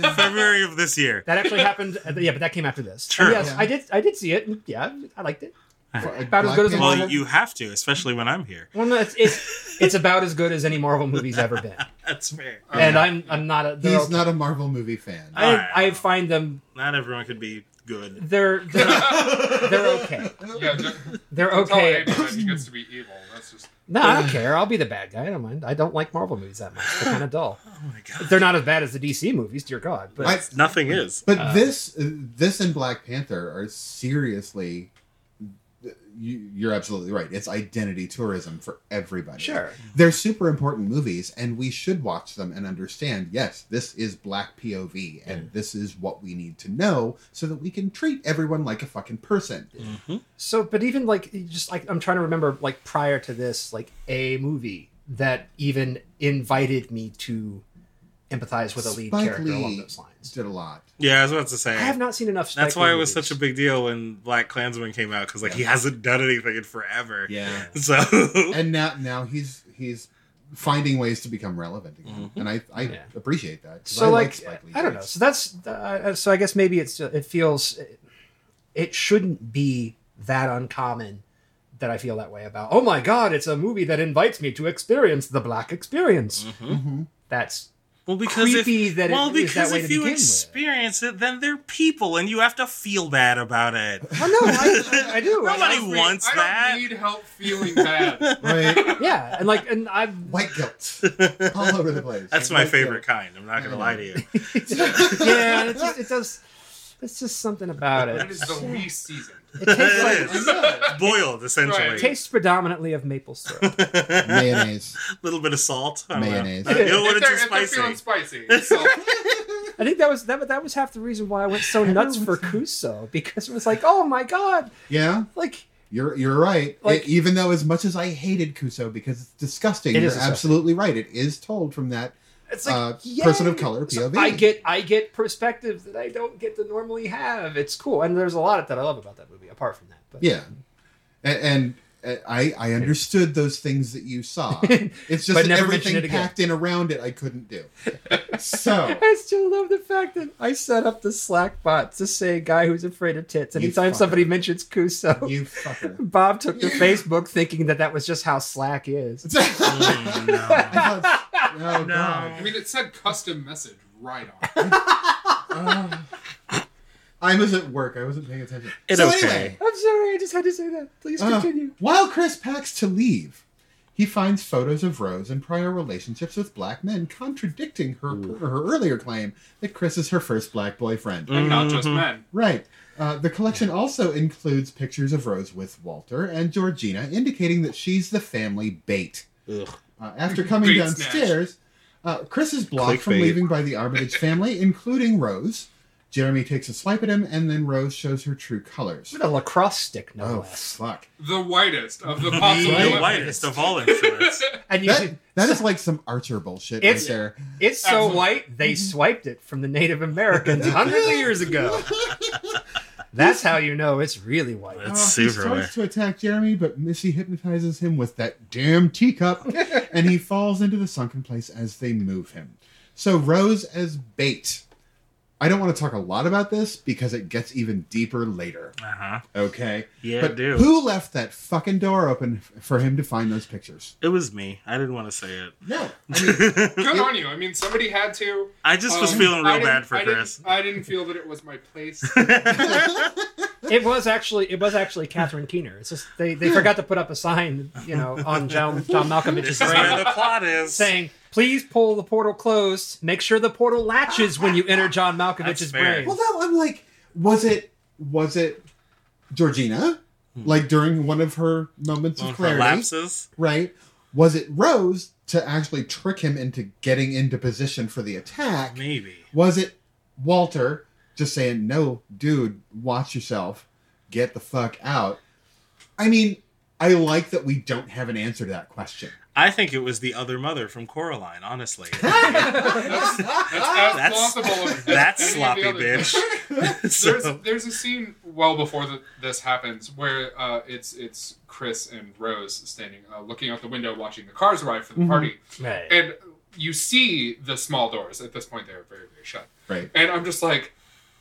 S1: February of this year.
S2: That actually happened. at the- yeah, but that came after this.
S1: Sure.
S2: And yes,
S3: Yeah.
S2: I did. I did see it. and yeah, I liked it.
S3: About
S2: About as good as a
S1: Well, you have to, especially when I'm here.
S2: Well, no, it's, it's it's about as good as any Marvel movie's ever been.
S1: That's fair.
S2: And I'm I'm not a. they're
S3: He's
S2: okay.
S3: not a Marvel movie fan.
S2: I, I find them
S1: Not everyone could be good.
S2: they're they're, they're okay.
S4: Yeah. Just,
S2: They're
S4: Tell Andy
S2: okay.
S4: that he gets to be evil. That's just.
S2: No, I don't care. I'll be the bad guy. I don't mind. I don't like Marvel movies that much. They're kind of dull.
S1: Oh my god.
S2: They're not as bad as the DC movies, dear God. But
S3: I-
S1: Nothing is.
S2: Uh,
S3: But this, this and Black Panther are seriously. You, you're absolutely right. It's identity tourism for everybody.
S2: Sure.
S3: they're super important movies, and we should watch them and understand. Yes, this is Black POV,
S2: Mm.
S3: and this is what we need to know so that we can treat everyone like a fucking person.
S2: Mm. So, but even like, you just like, I'm trying to remember, like, prior to this, like, a movie that even invited me to empathize with a lead
S3: Spike
S2: character along
S3: Lee
S2: those lines.
S3: Did a lot.
S1: Yeah, I was about to say.
S2: I have not seen enough. Spike
S1: that's why
S2: Lee
S1: it was
S2: movies.
S1: such a big deal when Black Klansman came out because like he hasn't done anything in forever.
S3: Yeah.
S1: So
S3: and now now he's he's finding ways to become relevant again, and I I
S2: Mm-hmm. Yeah.
S3: appreciate that. 'cause
S2: So,
S3: I
S2: like,
S3: Spike Lee
S2: I don't know.
S3: movies.
S2: So that's. Uh, uh, so I guess maybe it's it feels it shouldn't be that uncommon that I feel that way about. Oh my God, it's a movie that invites me to experience the black experience.
S3: Mhm.
S2: That's
S1: well, Mm-hmm. because
S2: Creepy
S1: if
S2: that it
S1: well
S2: is that
S1: because
S2: way
S1: if
S2: to
S1: you
S2: begin with.
S1: experience it, then they're people, and you have to feel bad about it.
S2: Oh no, I, I- I do. I-
S1: Nobody
S4: Trust me,
S1: wants
S4: I
S1: that.
S4: don't need help feeling bad.
S3: Right.
S2: yeah, and like, and I.
S3: White guilt all over the place.
S1: That's my
S3: White
S1: favorite
S3: guilt.
S1: kind. I'm not gonna lie to you.
S2: yeah, it just, it does. It's just something about
S4: That
S2: it.
S4: is the least seasoned.
S2: It tastes,
S1: It
S2: like,
S1: is.
S3: Yeah.
S1: Boiled, essentially.
S2: it tastes predominantly of maple syrup.
S3: Mayonnaise.
S1: little bit of salt. I don't know.
S3: Mayonnaise.
S1: I don't know when
S4: if
S1: it's
S4: they're,
S1: too
S4: if they're
S1: spicy.
S4: feeling spicy. So,
S2: I think that was that, that was half the reason why I went so nuts for Kuso because it was like, oh my god,
S3: Yeah,
S2: like
S3: you're you're right.
S2: Like-
S3: It- even though as much as I hated Kuso because it's disgusting,
S2: It
S3: you're
S2: is disgusting.
S3: absolutely right. It is told from that
S2: it's like
S3: uh,
S2: yay.
S3: person of color
S2: So
S3: POV.
S2: I get I get perspectives that I don't get to normally have. It's cool, and there's a lot that I love about that movie. Apart from that, but
S3: yeah, and, and I I understood those things that you saw. It's just
S2: But
S3: that
S2: never
S3: everything
S2: mention it again.
S3: packed in around it I couldn't do. So
S2: I still love the fact that I set up the Slack bot to say "guy who's afraid of tits"
S3: You
S2: anytime
S3: fucker.
S2: somebody mentions Kuso.
S3: you fucker.
S2: Bob took to Facebook thinking that that was just how Slack is.
S1: Mm, no.
S3: I thought- oh
S1: No.
S4: I
S3: god.
S4: mean, it said custom message right on.
S3: Oh. I was at work. I wasn't paying attention.
S1: It's
S3: so
S1: okay.
S3: anyway,
S2: I'm sorry, I just had to say that. Please
S3: Uh,
S2: continue.
S3: while Chris packs to leave, he finds photos of Rose and prior relationships with black men, contradicting her her earlier claim that Chris is her first black boyfriend.
S4: and not just
S1: Mm-hmm.
S4: men.
S3: Right. Uh, the collection also includes pictures of Rose with Walter and Georgina, indicating that she's the family bait.
S1: Ugh.
S3: Uh, after coming
S4: Bait snatch.
S3: downstairs, uh, Chris is blocked from
S1: Clickbait.
S3: leaving by the Armitage family, including Rose. Jeremy takes a swipe at him, and then Rose shows her true colors.
S2: With a lacrosse stick, no
S3: Oh,
S2: less.
S3: fuck.
S4: The whitest of the possible.
S1: The
S3: Right.
S1: whitest of all instruments.
S2: And you
S3: That,
S2: should-
S3: that is like some Archer bullshit
S2: It's-
S3: right there.
S2: it's so
S4: Absolutely.
S2: white they swiped it from the Native Americans hundreds of years ago. That's how you know it's really white.
S1: That's
S3: Uh,
S1: super
S3: He starts to attack Jeremy, but Missy hypnotizes him with that damn teacup, and he falls into the sunken place as they move him. So Rose as bait. I don't want to talk a lot about this because it gets even deeper later.
S1: Uh-huh.
S3: Okay.
S1: Yeah,
S3: but
S1: do.
S3: who left that fucking door open f- for him to find those pictures?
S1: It was me. I didn't want to say it.
S3: No. I mean,
S4: Good on you. I mean, somebody had to.
S1: I just was
S4: Um,
S1: feeling
S4: I
S1: real
S4: didn't-
S1: bad for
S4: I didn't-
S1: Chris.
S4: I didn't feel that it was my place.
S2: It was actually it was actually Catherine Keener. It's just they, they forgot to put up a sign, you know, on John, John Malkovich's
S1: This is where
S2: brain
S1: the plot is.
S2: saying, "Please pull the portal closed. Make sure the portal latches when you enter John Malkovich's
S1: That's fair.
S2: brain."
S3: well, no, I'm like, was it was it Georgina? Like during one of her moments
S1: Hmm. One
S3: of
S1: of her
S3: clarity.
S1: lapses.
S3: right? Was it Rose to actually trick him into getting into position for the attack?
S1: Maybe.
S3: Was it Walter just saying, no, dude, watch yourself, get the fuck out? I mean, I like that we don't have an answer to that question.
S1: I think it was the other mother from Coraline, honestly.
S3: Ah!
S4: As
S1: That's-
S4: plausible as
S1: That's
S4: any of
S1: sloppy,
S4: the other
S1: bitch.
S4: things.
S1: So-
S4: There's, there's a scene well before the, this happens where uh, it's it's Chris and Rose standing uh, looking out the window watching the cars arrive for
S1: Mm-hmm.
S4: the party,
S2: Right.
S4: and you see the small doors. At this point, they are very very shut.
S3: Right.
S4: And I'm just like,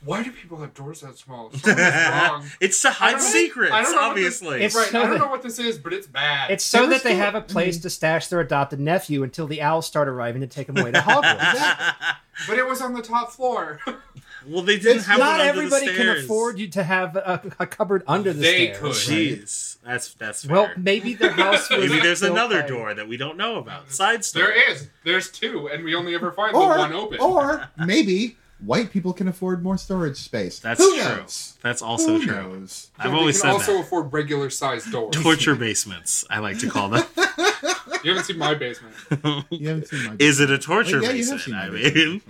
S4: why do people have doors that small? Something's wrong.
S1: it's to
S4: I
S1: hide
S4: don't know-
S1: secrets,
S4: I don't know what this-
S1: obviously.
S2: It's-
S4: right.
S2: so
S4: I don't
S2: that-
S4: know what this is, but it's bad.
S2: It's so
S3: They were
S2: that they
S3: still- Mm-hmm.
S2: have a place to stash their adopted nephew until the owls start arriving to take him away to Hogwarts.
S4: but it was on the top floor.
S1: well, they didn't
S3: It's
S1: have one
S2: Not
S1: under
S2: everybody
S1: the
S2: can
S1: stairs.
S2: afford you to have a, a cupboard under the
S4: They
S2: stairs.
S4: could.
S1: Jeez, that's that's fair.
S2: Well, maybe their house was.
S1: Maybe there's
S2: built
S1: another
S2: by-
S1: door that we don't know about. Side story.
S4: there is. There's two, and we only ever find the one
S3: Or,
S4: open.
S3: or maybe white people can afford more storage space.
S1: That's
S3: Who
S1: true.
S3: Knows?
S1: That's also
S3: Who
S1: true.
S3: knows?
S4: They
S1: I've always
S4: can
S1: said
S4: also
S1: that.
S4: afford regular sized doors.
S1: Torture basements, I like to call them.
S4: You haven't seen my basement.
S3: You haven't seen my
S1: Is it a torture
S3: Wait, yeah, you have
S1: basement?
S3: seen
S1: I
S3: my
S1: mean,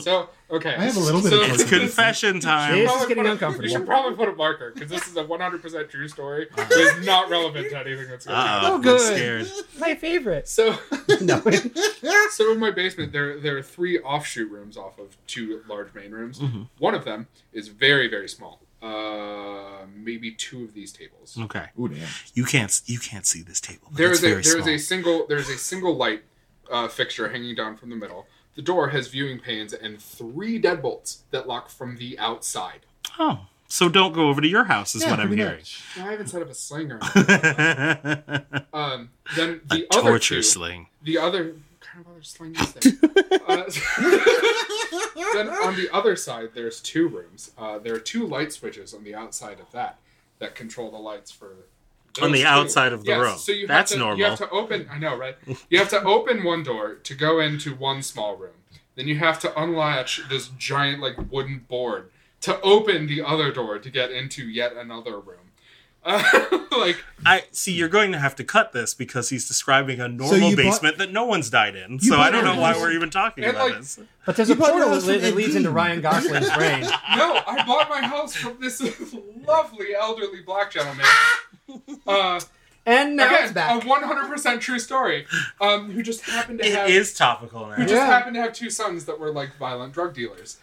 S4: So okay,
S3: I have a little bit of
S4: So-
S3: torture
S1: it's confession time.
S2: This
S4: Probably
S2: is getting
S4: put a-
S2: uncomfortable.
S4: You should probably put a marker because this is a 100% true story.
S3: Uh-huh.
S4: It's not relevant to anything that's going on.
S1: Uh-oh,
S2: Oh,
S1: I'm
S2: good.
S1: scared.
S2: My favorite.
S4: So,
S2: No.
S4: so in my basement, there there are three offshoot rooms off of two large main rooms.
S1: Mm-hmm.
S4: One of them is very very small, uh, maybe two of these tables.
S1: Okay,
S3: Ooh, damn.
S1: you can't you can't see this table.
S4: There
S1: it's
S4: is a
S1: very
S4: there is
S1: small.
S4: a single there is a single light uh, fixture hanging down from the middle. The door has viewing panes and three deadbolts that lock from the outside.
S1: Oh, so don't go over to your house is
S3: Yeah,
S1: what I'm
S3: pretty
S1: hearing.
S3: much.
S4: I haven't set up a slinger.
S1: a
S4: Um, then the other
S1: torture
S4: two,
S1: sling.
S4: the other kind of other slang is there? uh, then on the other side, there's two rooms. Uh, there are two light switches on the outside of that that control the lights for.
S1: On
S4: those
S1: the
S4: two.
S1: outside of the
S4: Yes,
S1: room.
S4: So you
S1: That's
S4: have to, You
S1: normal.
S4: have to open. I know, right? You have to open one door to go into one small room. Then you have to unlatch this giant like wooden board to open the other door to get into yet another room. Uh, like
S1: I see you're going to have to cut this because he's describing a normal
S3: you bought-
S1: basement that no one's died in.
S3: You
S1: So I
S3: bought
S1: don't know
S3: your
S1: why
S3: house-
S1: we're even talking
S4: And,
S1: about
S4: like,
S1: this.
S2: But there's a
S3: You bought
S2: portal
S3: your
S2: that,
S3: house
S2: le-
S3: from
S2: that leads into
S3: Ed Gein.
S2: Ryan Gosling's brain.
S4: no, I bought my house from this lovely elderly black gentleman. Uh,
S2: And now it's
S4: again, a
S2: back.
S4: 100% true story. Um, who just happened to have
S1: It is topical
S4: who
S1: now.
S4: just
S2: Yeah.
S4: happened to have two sons that were like violent drug dealers.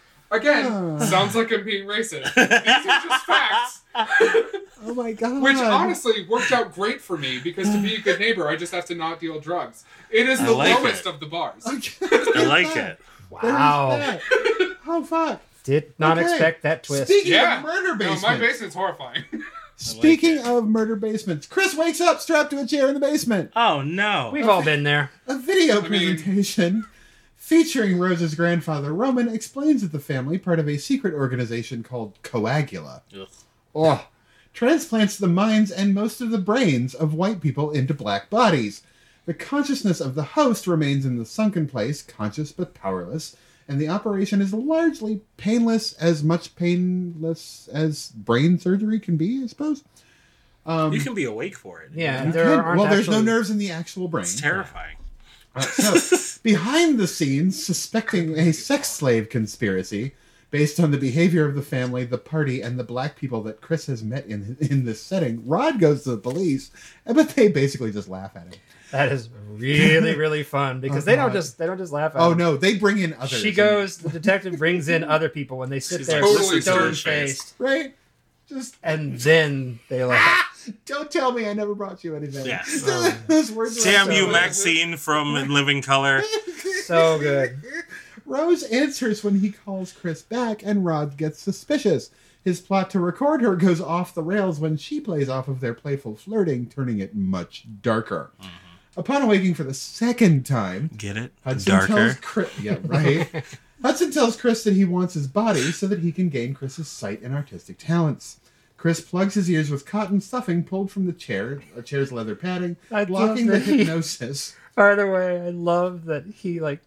S4: Again,
S3: Ah.
S4: sounds like I'm being racist. These are just facts,
S3: Oh my god.
S4: which honestly worked out great for me because to be a good neighbor, I just have to not deal drugs. It is
S1: I
S4: the
S1: like
S4: lowest
S1: it.
S4: of the bars.
S1: I like it.
S2: Wow.
S3: Oh fuck.
S2: Did not
S3: Okay.
S2: expect that twist.
S3: Speaking
S4: Yeah.
S3: of murder
S4: No,
S3: basements.
S4: my basement's horrifying.
S3: Speaking
S1: it.
S3: of murder basements, Chris wakes up strapped to a chair in the basement.
S1: Oh no.
S2: We've all been there.
S3: A video
S4: mean-
S3: presentation featuring Rose's grandfather Roman explains that the family, part of a secret organization called Coagula,
S1: Ugh.
S3: oh, transplants the minds and most of the brains of white people into black bodies. The consciousness of the host remains in the sunken place, conscious but powerless, and the operation is largely painless, as much painless as brain surgery can be, I suppose. Um,
S1: You can be awake for it.
S2: Yeah,
S3: you
S2: there
S3: can-
S2: aren't
S3: well, there's no
S2: actually-
S3: nerves in the actual brain.
S1: It's terrifying.
S3: Uh, so, behind the scenes, suspecting a sex slave conspiracy based on the behavior of the family, the party, and the black people that Chris has met in in this setting, Rod goes to the police, and- but they basically just laugh at him.
S2: That is really really fun because
S3: Oh,
S2: they don't
S3: God.
S2: just they don't just laugh. At
S3: Oh
S2: him.
S3: no, they bring in others.
S2: Um, She goes. The detective brings in other people and they sit
S1: She's
S2: there
S4: like, totally
S2: stone
S1: stone-faced.
S2: faced,
S3: right. Just
S2: and then they laugh.
S3: ah, don't tell me I never brought you anything.
S1: Yes.
S3: Those words are
S1: Damn
S3: so-
S1: you, Maxine from In Living Color.
S2: So good.
S3: Rose answers when he calls Chris back, and Rod gets suspicious. His plot to record her goes off the rails when she plays off of their playful flirting, turning it much darker. Upon awaking for the second time,
S1: Get it?
S3: Hudson tells
S1: Darker.
S3: Chris, yeah, right. Hudson tells Chris that he wants his body so that he can gain Chris's sight and artistic talents. Chris plugs his ears with cotton stuffing pulled from the chair, a chair's leather padding,
S2: I love
S3: blocking the
S2: that he-
S3: hypnosis.
S2: By the way, I love that he like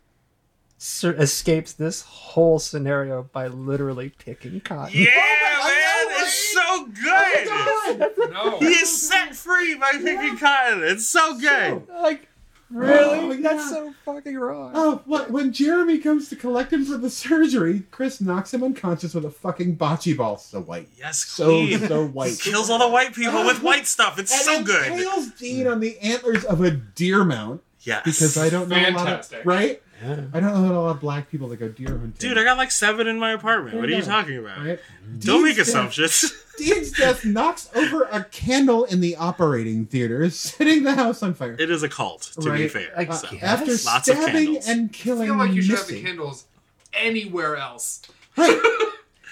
S2: sur- escapes this whole scenario by literally picking cotton.
S1: Yeah,
S3: Oh my- I know,
S1: man, it's
S3: right?
S1: so good.
S4: No.
S1: He is set free by Pinky Cotton. It's so good.
S2: Like, really?
S3: Oh, yeah.
S2: That's so fucking wrong.
S3: Oh, what? When Jeremy comes to collect him for the surgery, Chris knocks him unconscious with a fucking bocce ball. So white.
S1: Yes,
S3: So,
S1: queen.
S3: so white.
S1: Kills all the white people with white stuff. It's so
S3: and
S1: good.
S3: Tails Dean on the antlers of a deer mount
S1: Yes.
S3: because I don't know a lot
S4: Fantastic.
S3: of right.
S2: Yeah.
S3: I don't know a lot of black people that go deer hunting.
S1: Dude, I got like seven in my apartment.
S3: There
S1: What are
S3: you
S1: you
S3: go.
S1: talking about?
S3: Right?
S1: Don't
S3: Dean's
S1: make
S3: death-
S1: assumptions.
S3: Dean's death knocks over a candle in the operating theater, setting the house on fire.
S1: It is a cult, to be
S3: Right.
S1: fair.
S2: Like,
S1: So,
S2: yeah.
S3: After
S2: Yes.
S1: Lots of
S3: stabbing
S1: candles.
S3: and
S4: I
S3: killing
S4: feel like you should have the
S3: Missy.
S4: candles anywhere else.
S3: Right.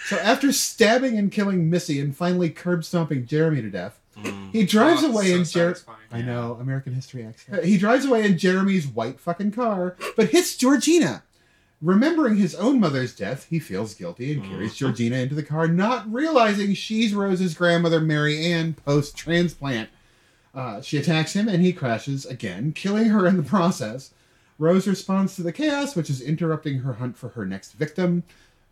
S3: so after stabbing and killing Missy and finally curb stomping Jeremy to death,
S1: mm,
S3: he drives
S4: Oh, it's
S3: away
S4: so
S3: in Jer-
S4: satisfying.
S3: I know American history accent. He drives away in Jeremy's white fucking car, but hits Georgina. Remembering his own mother's death, he feels guilty and
S4: Mm.
S3: carries Georgina into the car, not realizing she's Rose's grandmother, Mary Ann, post transplant. Uh, she attacks him and he crashes again, killing her in the process. Rose responds to the chaos, which is interrupting her hunt for her next victim.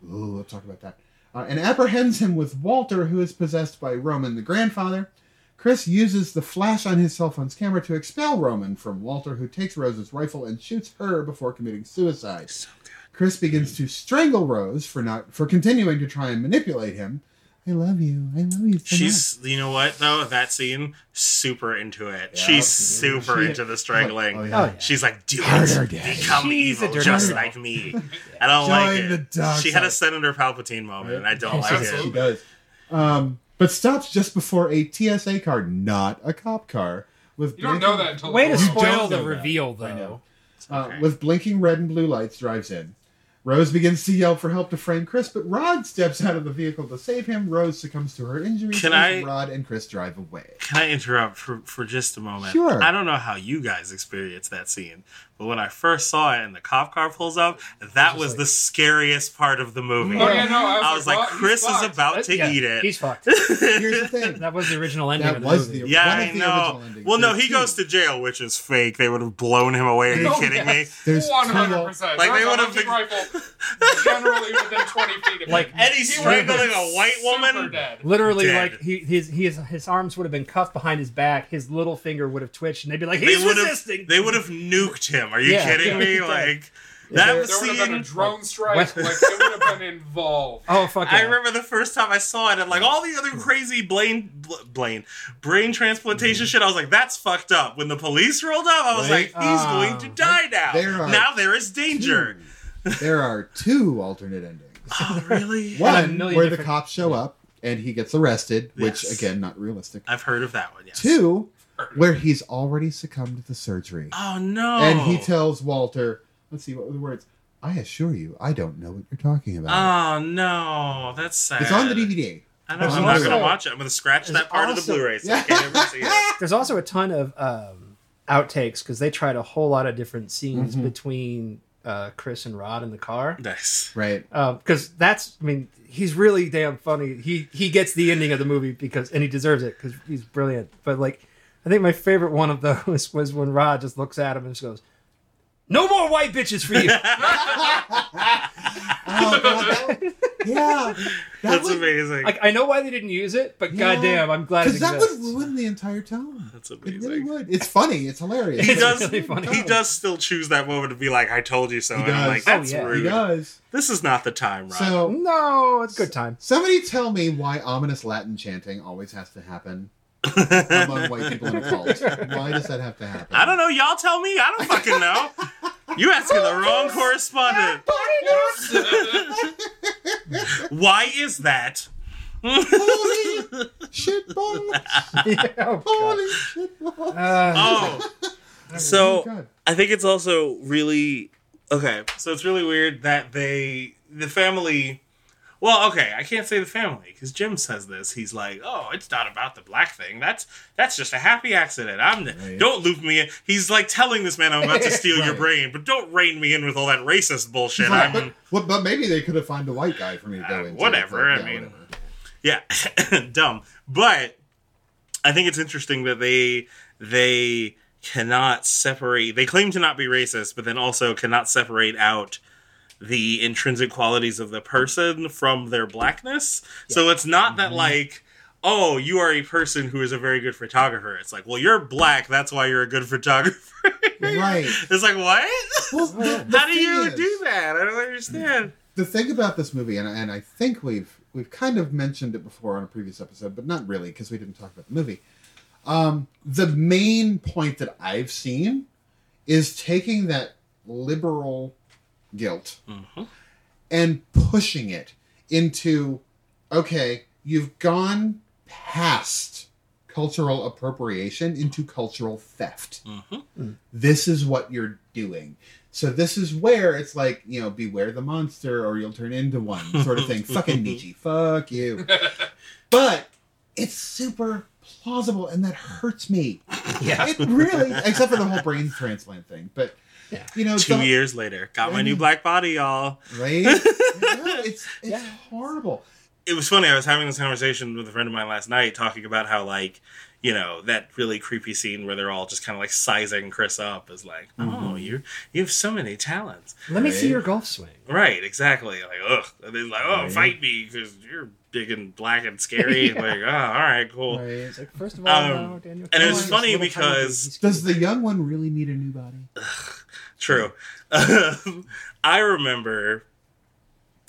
S3: Ooh, we'll talk about that. Uh, and apprehends him with Walter, who is possessed by Roman the grandfather. Chris uses the flash on his cell phone's camera to expel Roman from Walter, who takes Rose's rifle and shoots her before committing suicide.
S1: So
S3: Chris begins to strangle Rose for not for continuing to try and manipulate him. I love you. I love you so much.
S1: She's, you know what though, that scene super into it.
S3: Yeah.
S1: She's super
S3: She-
S1: into the strangling.
S3: Oh,
S2: Oh,
S3: yeah.
S2: yeah.
S1: She's like, do
S3: Harder,
S1: it,
S3: Dad.
S1: become
S2: She's a
S1: evil,
S2: dirty
S1: just
S2: girl.
S1: like me. I don't
S3: Join
S1: like it.
S3: the dark
S1: she had a
S3: side.
S1: Senator Palpatine moment, and I don't
S3: She
S1: like
S3: does, She
S1: it.
S3: does. Um, but stops just before a TSA car, not a cop car. With
S4: You don't
S3: blinking-
S4: know that until
S2: Oh, Way to
S4: tomorrow.
S3: don't
S2: spoil
S3: know
S2: the
S3: that.
S2: reveal, though.
S3: I know.
S1: Okay.
S3: uh, with blinking red and blue lights drives in. Rose begins to yell for help to frame Chris, but Rod steps out of the vehicle to save him. Rose succumbs to her injuries.
S1: Can
S3: as
S1: I-
S3: Rod and Chris drive away.
S1: Can I interrupt for, for just a moment?
S3: Sure.
S1: I don't know how you guys experienced that scene, But when I first saw it and the cop car pulls up, that was
S2: like-
S1: the scariest part of the movie.
S4: Oh, yeah, no, I was,
S1: I was like,
S4: "Well, he's
S1: Chris is
S4: fucked."
S1: about to
S2: Yeah,
S1: eat it.
S2: He's fucked.
S3: Here's the thing.
S2: That was the original ending.
S3: That
S2: of
S3: was
S2: the
S3: the
S2: movie.
S1: yeah,
S3: one
S1: I
S3: of the
S1: know.
S3: original endings.
S1: Well, no,
S3: There's
S1: he
S3: two.
S1: goes to jail, which is fake. They would have blown him away. Are you
S4: Oh,
S1: kidding
S4: yeah.
S1: me?
S3: There's two
S4: One hundred
S3: lo-
S4: percent.
S1: Like, they would've
S4: been
S1: been-
S4: rifle generally within twenty feet of
S2: Like,
S4: him.
S1: And he's
S4: He would've been
S1: strangling a white
S4: super
S1: woman?
S4: Dead.
S2: Literally,
S1: Dead.
S2: like he, his, his his arms would have been cuffed behind his back. His little finger would have twitched, and they'd be like, "He's
S1: they would
S2: resisting."
S1: have. They would have nuked him. Are you
S2: Yeah,
S1: kidding
S2: yeah,
S1: me?
S2: yeah.
S1: Like
S2: There-
S1: that
S2: there
S1: was
S4: There would have been a
S1: scene.
S4: drone strike.
S2: What?
S4: Like they would have been involved.
S2: oh fuck!
S1: I
S2: yeah.
S1: remember the first time I saw it, and like all the other crazy brain, bl- brain, brain transplantation shit, I was like, "That's fucked up." When the police rolled up, I was
S3: Mm-hmm. Right?
S1: like, "He's
S2: Ah,
S1: going to die now."
S3: there are
S1: now there is danger.
S3: There are two alternate endings.
S1: Oh, really?
S3: One
S2: million
S3: where the
S2: different-
S3: cops show up and he gets arrested, which
S1: Yes.
S3: again, not realistic.
S1: I've heard of that one. Yes.
S3: Two, where he's already succumbed to the surgery.
S1: Oh no!
S3: And he tells Walter, let's see, what were the words? I assure you, I don't know what you're talking about.
S1: Oh no, that's sad.
S3: it's on the DVD.
S1: I know,
S2: There's
S1: I'm not
S2: also-
S1: gonna watch it. I'm gonna scratch
S2: there's
S1: that part of the
S2: also-
S1: Blu-ray. So I can't ever see it.
S2: There's also a ton of um, outtakes because they tried a whole lot of different scenes
S3: Mhm.
S2: between uh, Chris and Rod in the car.
S1: Nice.
S3: Right.
S2: because that's I mean he's really damn funny. He he gets the ending of the movie because and he deserves it because he's brilliant. But like I think my favorite one of those was when Rod just looks at him and just goes, "No more white bitches for you."
S3: Oh, God, that- yeah. That
S1: That's
S3: would,
S1: amazing.
S2: like I know why they didn't use it, but
S3: Yeah.
S2: goddamn, I'm glad it
S3: because that would
S2: exists.
S3: ruin the entire tone.
S1: That's
S3: It really
S1: amazing.
S3: would. It's funny. It's hilarious.
S1: He
S3: but
S1: does.
S2: really funny.
S1: He does still choose that moment to be like, "I told you so,"
S3: He
S1: and I'm
S3: does.
S1: like,
S2: Oh,
S1: "That's
S2: yeah. He
S3: He
S1: rude.
S3: does.
S1: This is not the time, Rod."
S3: So
S2: no, it's a good time.
S3: Somebody tell me why ominous Latin chanting always has to happen among white people in a cult. Why does that have to happen?
S1: I don't know. Y'all tell me. I don't fucking know. you asking the wrong correspondent. Why is that?
S3: Holy shit balls!
S2: Yeah, oh, God.
S3: Holy shit balls!
S2: Uh,
S1: Oh, so
S3: Oh, God.
S1: I think it's also really okay. So it's really weird that they the family. Well, okay, I can't say the family because Jim says this. He's like, "Oh, it's not about the black thing. That's that's just a happy accident. I'm the,
S3: Right.
S1: don't loop me in." He's like telling this man, "I'm about to steal your
S3: Right.
S1: brain, but don't rein me in with all that racist bullshit."
S3: Right,
S1: I'm
S3: but, what- but maybe they could have found a white guy for me to go
S1: Uh,
S3: into.
S1: whatever,
S3: It's
S1: I mean- yeah dumb but i think it's interesting that they they cannot separate they claim to not be racist but then also cannot separate out the intrinsic qualities of the person from their blackness so it's not
S3: Mm-hmm.
S1: that like oh you are a person who is a very good photographer it's like well you're black that's why you're a good photographer
S3: Right.
S1: it's like what
S3: Well, the- the
S1: how do
S3: thing
S1: you
S3: is-
S1: do that i don't understand
S3: the thing about this movie, and, and I think we've we've kind of mentioned it before on a previous episode, but not really because we didn't talk about the movie. Um, the main point that I've seen is taking that liberal guilt
S1: Mhm.
S3: and pushing it into okay, you've gone past cultural appropriation into cultural theft
S1: Mhm.
S3: this is what you're doing. So this is where it's like, you know, beware the monster or you'll turn into one sort of thing. Fucking Nietzsche, fuck you. But it's super plausible and that hurts me.
S2: yeah.
S3: It really except for the whole brain transplant thing. But
S2: Yeah.
S3: you know,
S1: two
S3: the-
S1: years later got
S3: Mm-hmm.
S1: my new black body y'all
S3: right? Yeah, it's it's
S2: Yeah.
S3: horrible.
S1: it was funny. I was having this conversation with a friend of mine last night, talking about how like you know that really creepy scene where they're all just kind of like sizing Chris up is like, oh, you you have so many talents,
S2: Let me see your golf swing.
S1: right? Exactly. Like, ugh, and they're like, oh,
S3: Right.
S1: fight me because you're big and black and scary. Like, oh, all right, cool.
S3: Right.
S2: It's like first of all,
S1: Um,
S2: no, Daniel.
S1: and it
S2: Craig
S3: was
S2: is
S1: funny
S2: little tiny
S1: because-
S2: baby.
S3: Does the young one really need a new body?
S1: True. Um, I remember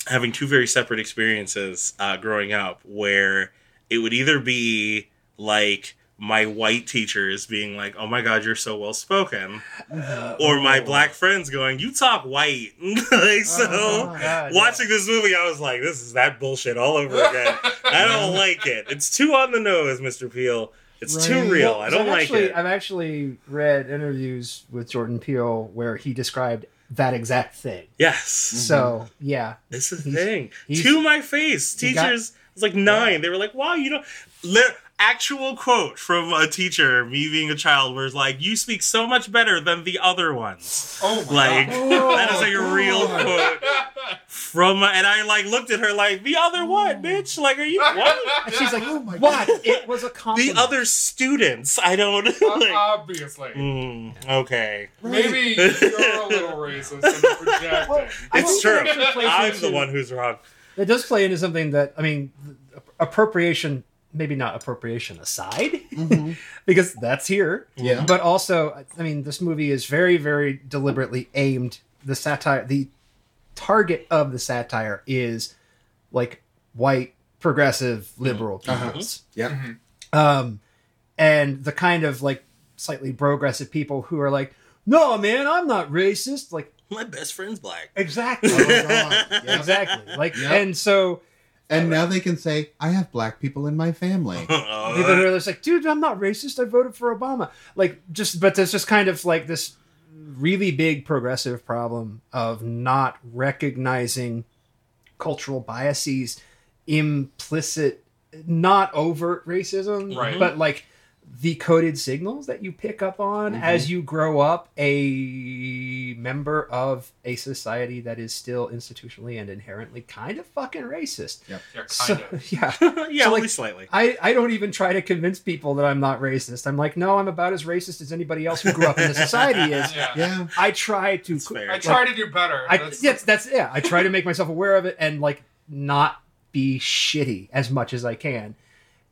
S1: having two very separate experiences uh, growing up where it would either be like my white teachers being like, oh my God, you're so well spoken, or my
S2: Oh.
S1: black friends going, you talk white. like, so.
S3: Oh,
S2: God, Uh-huh. yeah.
S1: Watching this movie, I was like, "This is that bullshit all over again." I don't like it. It's too on the nose, Mr. Peel. It's
S3: Right.
S1: too real.
S2: Well,
S1: I
S2: so
S1: don't
S2: I've
S1: like
S2: actually,
S1: it.
S2: I've actually read interviews with Jordan Peele where he described that exact thing.
S1: Mm-hmm. yes,
S2: So yeah,
S1: This is the
S2: He's-
S1: thing.
S2: he's-
S1: to my face,
S2: he got-
S1: teachers. It was like nine. They were like, "Wow, you don't." Li- actual quote from a teacher, me being a child, where it's like, "You speak so much better than the other ones."
S4: Oh my
S1: Like
S3: Oh,
S1: that is a real
S3: God.
S1: quote from, and I like looked at her like, "The other
S2: Oh.
S1: what, bitch? Like, are you what?"
S4: god.
S2: And she's like,
S3: Oh my
S2: "What? It was a
S1: the
S2: compliment."
S1: other students. I don't.
S4: Uh,
S1: like,
S4: obviously.
S1: mm, okay,
S4: Maybe you're a little racist and projecting.
S2: Well, I
S1: It's
S2: think that
S1: true.
S2: actually plays
S1: I'm
S2: into-
S1: the one who's wrong.
S2: It does play into something that I mean, th- appropriation. Maybe not appropriation aside,
S3: Mhm.
S2: because that's here.
S3: Yeah. Oh
S2: But also, I mean, this movie is very, very deliberately aimed. The satire, the target of the satire is like white, progressive, liberal
S3: Uh-huh.
S2: peoples.
S3: Yep.
S4: Mhm.
S2: Um, and the kind of like slightly progressive people who are like, no, man, I'm not racist. Like,
S1: My best friend's black.
S2: exactly.
S3: Oh, God. Yeah.
S2: exactly. Like,
S3: Yep.
S2: and so.
S3: And now they can say, I have black people in my family.
S2: people who
S1: Uh,
S2: are just like, dude, I'm not racist. I voted for Obama. Like, just, but there's just kind of like this really big progressive problem of not recognizing cultural biases, implicit, not overt racism,
S4: Right.
S2: but like the coded signals that you pick up on
S4: Mm-hmm.
S2: as you grow up a member of a society that is still institutionally and inherently kind of fucking racist.
S4: Yeah, kind
S2: So,
S4: of.
S2: yeah.
S1: yeah,
S2: So,
S1: only
S2: like,
S1: slightly.
S2: I, I don't even try to convince people that I'm not racist. I'm like, no, I'm about as racist as anybody else who grew up in the society is.
S4: Yeah.
S3: Yeah.
S2: I try to.
S1: That's fair.
S4: I try to do better.
S2: I,
S4: That's-
S2: yes, that's yeah. I try to make myself aware of it and like not be shitty as much as I can.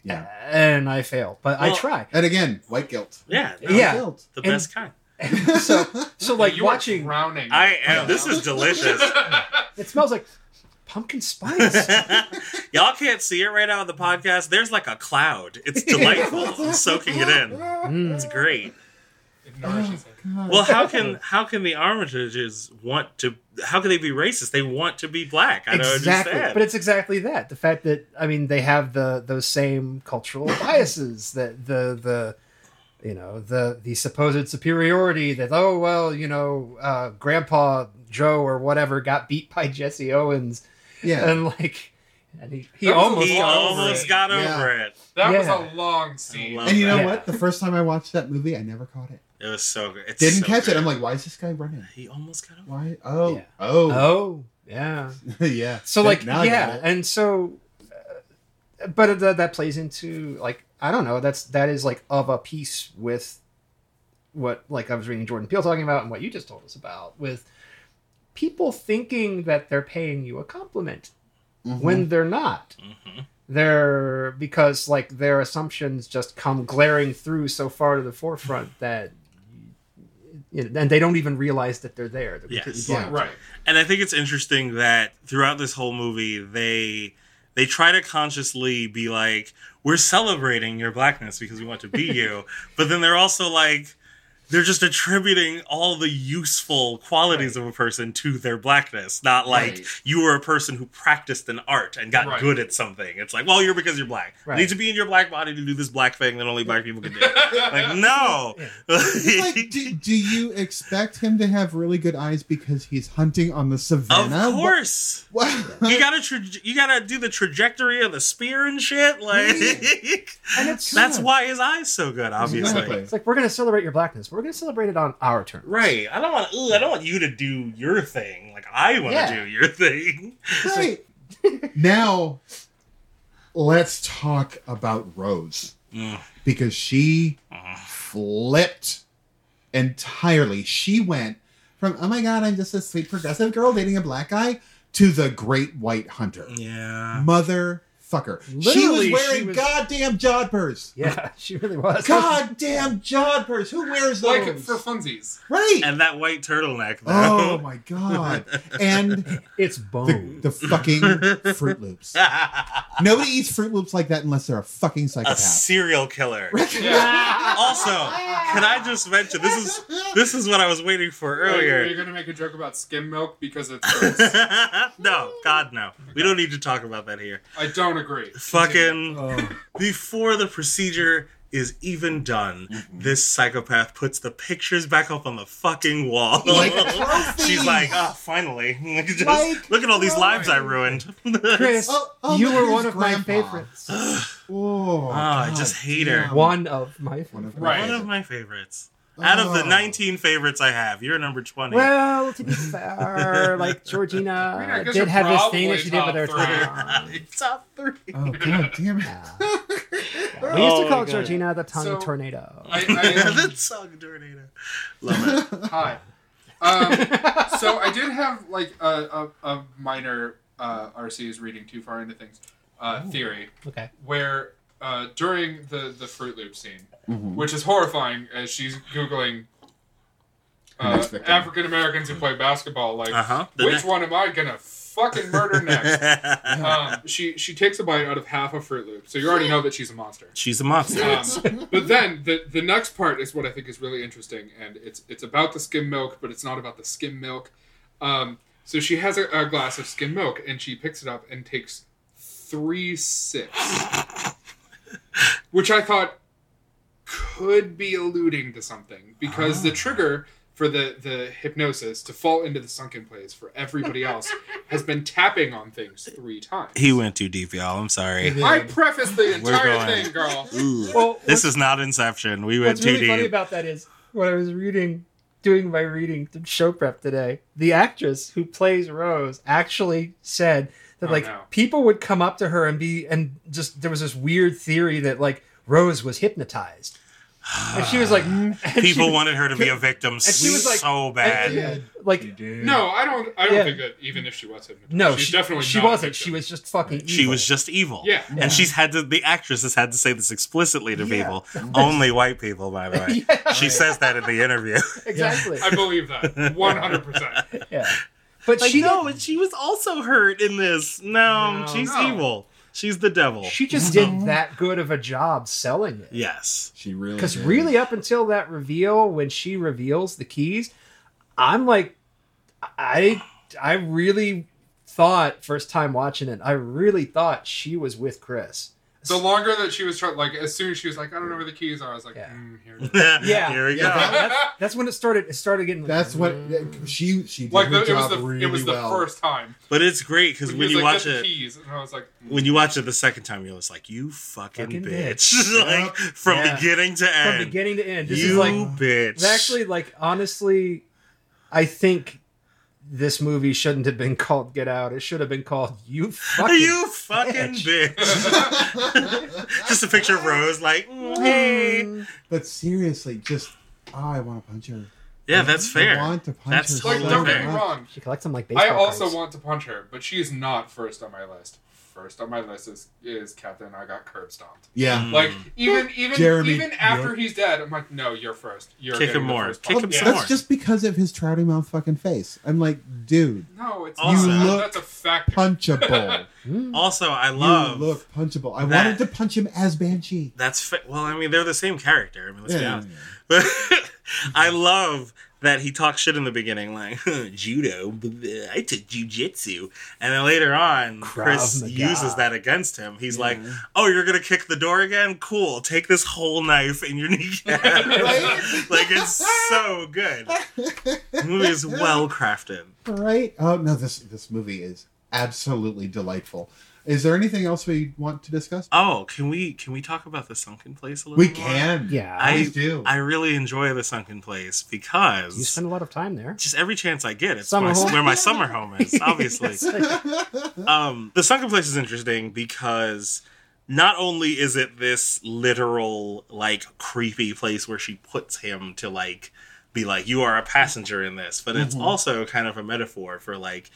S3: Yeah.
S2: And I fail, but I
S1: Well-
S2: try.
S3: And again, white guilt.
S1: Yeah, no,
S2: Yeah.
S3: Guilt.
S1: the
S2: And-
S1: best kind.
S2: so so like
S4: you are
S2: watching,
S4: drowning.
S1: I am. This is delicious.
S2: it smells like pumpkin spice.
S1: Y'all can't see it right now on the podcast. There's like a cloud. It's delightful. I'm soaking it in.
S2: Mm.
S1: It's great.
S4: It
S3: Oh,
S4: nourishes it.
S3: God.
S1: Well, how can how can the Armitages want to? How can they be racist? They want to be black. I don't
S2: exactly
S1: understand.
S2: but it's exactly that the fact that i mean they have the those same cultural biases that the the you know the the supposed superiority that oh well you know uh grandpa joe or whatever got beat by jesse owens
S3: yeah.
S2: and like and he, he
S4: That was
S1: he
S2: almost
S4: a got over
S1: almost
S4: it.
S1: got over
S3: Yeah.
S1: it.
S4: That was
S2: Yeah.
S4: a long scene.
S1: I love
S3: And you know
S2: Yeah.
S3: what? The first time I watched that movie, I never caught it.
S1: It was so good. It's
S3: Didn't
S1: so
S3: catch
S1: good.
S3: it. I'm like, why is this guy running?
S1: he almost got over.
S3: Why? Oh,
S2: Yeah.
S3: oh,
S2: oh yeah
S3: yeah.
S2: so like
S3: Now I get
S2: yeah
S3: it.
S2: and so uh, but that that plays into like i don't know that's that is like of a piece with what like i was reading jordan peele talking about and what you just told us about with people thinking that they're paying you a compliment
S3: Mhm.
S2: when they're not
S1: Mhm.
S2: they're because like their assumptions just come glaring through so far to the forefront that you know, and they don't even realize that they're there they're
S1: Yes.
S2: completely
S3: Yeah.
S2: blind.
S4: Right.
S1: And I think it's interesting that throughout this whole movie, they they try to consciously be like, "We're celebrating your blackness because we want to be you," but then they're also like, they're just attributing all the useful qualities of a person to their blackness, not like
S3: Right.
S1: you were a person who practiced an art and got
S4: Right.
S1: good at something. It's like, well, you're because you're black. You
S2: Right.
S1: need to be in your black body to do this black thing that only black people can do. like, no.
S2: Yeah.
S3: It's Mm-hmm. like, do, do you expect him to have really good eyes because he's hunting on the
S1: of
S3: savannah?
S1: course.
S3: What?
S1: you gotta tra- you gotta do the trajectory of the spear and shit like
S2: and it's
S1: that's why his eyes so good obviously
S3: Exactly.
S2: It's like we're gonna celebrate your blackness, but we're gonna celebrate it on our terms.
S1: right i don't want ooh, i don't want you to do your thing like i want to
S2: Yeah.
S1: do your thing
S3: Right. now, let's talk about Rose
S1: Mm.
S3: because she
S1: Mhm.
S3: flipped entirely. She went from "Oh my god, I'm just a sweet progressive girl dating a black guy" to the Great White Hunter,
S1: yeah
S3: motherfucker. she was
S2: Literally, she
S3: wearing
S2: was-
S3: goddamn jodhpurs.
S2: Yeah, she really was.
S3: Goddamn jodhpurs. Who wears those?
S4: Like for funsies.
S3: right.
S1: and that white turtleneck
S3: Oh
S1: though
S3: my god! And
S2: It's
S3: the,
S2: bone.
S3: the fucking Fruit Loops. Nobody eats Fruit Loops like that unless they're a fucking
S1: a
S3: psychopath.
S1: serial killer
S4: Yeah.
S1: also can i just mention this is this is what i was waiting for
S4: Are
S1: earlier
S4: you gonna make a joke about skim milk because it's gross?
S1: no god no we don't need to talk about that here
S4: I don't agree.
S1: fucking
S3: Oh,
S1: before the procedure is even done,
S4: Mm-hmm.
S1: this psychopath puts the pictures back up on the fucking wall.
S3: Like
S1: She's
S3: trophies.
S1: like, ah, finally. Like, just-
S3: Like
S1: look at all these lives I ruined.
S2: Chris,
S3: Oh, oh,
S2: you
S3: look
S2: were
S3: at
S2: one
S3: his
S2: of my
S3: grandpa.
S2: favorites.
S3: Oh,
S1: oh, I
S3: God.
S1: just hate her.
S2: One of my favorites.
S3: One of-
S4: Right.
S1: One of my favorites. Out of the
S3: Oh.
S1: 19 favorites I have, you're number 20.
S2: Well, to be fair, like
S4: I mean, I
S2: Georgina
S4: guess
S2: did
S4: you're
S2: have this thing
S4: probably
S2: that she did with her
S4: top three.
S2: tongue.
S1: Top three.
S3: Oh god damn it!
S2: Yeah. We used
S1: Oh,
S2: to call
S1: God.
S2: Georgina the tongue
S4: So-
S2: tornado.
S4: I, I,
S1: that song, Tornado. Love it.
S4: hi. Um, so I did have like a, a, a minor uh, RC is reading too far into things uh, theory
S2: okay.
S4: where uh, during the the Fruit Loop scene,
S3: Mm-hmm.
S6: Mhm.
S4: which is horrifying, as she's googling
S3: Her
S4: uh,
S3: next victim.
S4: African Americans who play basketball, like
S1: Uh-huh. The
S4: which
S1: next-
S4: one am I gonna fucking murder next? um, she she takes a bite out of half a Fruit Loop, so you already know that she's a monster.
S1: She's a monster.
S4: Um, but then the the next part is what I think is really interesting, and it's it's about the skim milk, but it's not about the skim milk. Um, so she has a, a glass of skim milk, and she picks it up and takes three sips, which I thought could be alluding to something because
S1: Ah.
S4: the trigger for the the hypnosis to fall into the sunken place for everybody else has been tapping on things three times.
S1: He went too deep, y'all. I'm sorry.
S4: I prefaced the entire
S1: going.
S4: thing, girl.
S1: Ooh.
S2: Well,
S1: this is not Inception. We went
S2: What's
S1: too
S2: really funny
S1: deep.
S2: about that is when I was reading, doing my reading to show prep today, the actress who plays Rose actually said that
S4: Oh,
S2: like
S4: no.
S2: people would come up to her and be and just there was this weird theory that like Rose was hypnotized, and she was like,
S4: Ah.
S2: and
S1: People
S2: she,
S1: wanted her to be a victim
S2: she was like-
S1: so
S2: and-
S1: bad.
S2: like
S4: No, I don't. I don't
S2: Yeah.
S4: think that even if she was hypnotized,
S2: no,
S4: she's
S2: she
S4: definitely
S2: she
S4: not a
S2: wasn't.
S4: victim.
S2: She was just fucking.
S1: She
S2: evil.
S1: was just evil.
S4: Yeah.
S1: And she's had to, the actress has had to say this explicitly to
S2: Yeah.
S1: people. Only white people, by the way.
S2: Yeah.
S1: She says that in the interview.
S2: exactly.
S4: I believe that one hundred percent.
S2: Yeah, but she did,
S1: and she was also hurt in this. No,
S4: No, she's no. evil.
S1: She's the devil.
S2: she just did that good of a job selling it.
S1: yes.
S3: She really
S2: Because
S4: Mm-hmm.
S3: did.
S2: really, up until that reveal, when she reveals the keys, I'm like, I, I really thought first time watching it, I really thought she was with Chris.
S4: The longer that she was trying, like as soon as she was like, I don't know where the keys are. I was like,
S2: Yeah.
S4: mm, here it is.
S1: yeah. Here we
S3: Yeah,
S1: go.
S2: that- that's, that's when it started. It started getting.
S3: That's what she she did
S4: like
S3: her
S4: the, it was
S3: job
S4: the
S3: really
S4: it was the
S3: well.
S4: first time
S1: But it's great because
S4: He
S1: when
S4: was
S1: you
S4: like,
S1: watch
S4: "Get the
S1: it,
S4: keys, and I was like,
S1: when you watch it the second time, you're just like, you fucking,
S2: Fucking
S1: bitch.
S3: bitch.
S1: like,
S3: Yep.
S1: from
S2: Yeah.
S1: beginning to
S2: from
S1: end.
S2: beginning to end. This
S1: you
S2: is like
S1: bitch.
S2: it's actually like honestly, I think this movie shouldn't have been called Get Out. It should have been called You Fucking.
S1: you fucking bitch. just a picture of Rose, like, mm, hey.
S3: But seriously, just oh, I want to punch her.
S1: Yeah, that's
S3: I
S1: fair.
S3: want to punch
S1: That's
S3: her.
S4: like
S1: So
S4: don't get
S1: fair.
S4: me wrong.
S2: She collects them like baseball
S4: I also
S2: cards.
S4: want to punch her, but she is not first on my list. First on my list is is Captain. I got curb stomped.
S1: Mm.
S3: Yeah.
S4: Like
S1: Hmm.
S4: even even
S3: Jeremy,
S4: even after
S3: you're-
S4: he's dead, I'm like, no, you're first. You're
S1: Kick
S4: getting
S1: him
S4: the
S1: more.
S4: first
S1: Kick
S4: punch."
S1: him
S4: Yeah.
S1: some more.
S3: That's just because of his trouty mouth fucking face. I'm like, dude,
S4: No, it's
S1: You
S4: not.
S3: look
S4: That's a fact.
S3: punchable.
S1: Mm. Also, I love.
S3: you look punchable. I
S1: that.
S3: wanted to punch him as Banshee.
S1: That's fa- well. I mean, they're the same character. I mean, let's be
S3: Yeah.
S1: honest. But I love that he talks shit in the beginning, like judo. blah, blah, I took jujitsu, and then later on, Chris
S2: Maga.
S1: uses that against him. He's like, "Oh, you're gonna kick the door again? Cool. Take this whole knife in your kneecap." like it's so good. The movie is well crafted.
S3: Right? Oh no, this this movie is absolutely delightful. Is there anything else we want to discuss?
S1: Oh, can we can we talk about the sunken place a little?
S3: we
S1: more?
S3: can.
S2: Yeah.
S1: I
S3: Please do.
S1: I really enjoy the sunken place because
S2: You spend a lot of time there.
S1: just every chance I get, it's
S2: Summer
S1: my,
S2: home.
S1: where my summer home is, obviously. um, the Sunken Place is interesting because not only is it this literal, like, creepy place where she puts him to, like, be like, you are a passenger in this, but
S3: Mm-hmm.
S1: it's also kind of a metaphor for, like,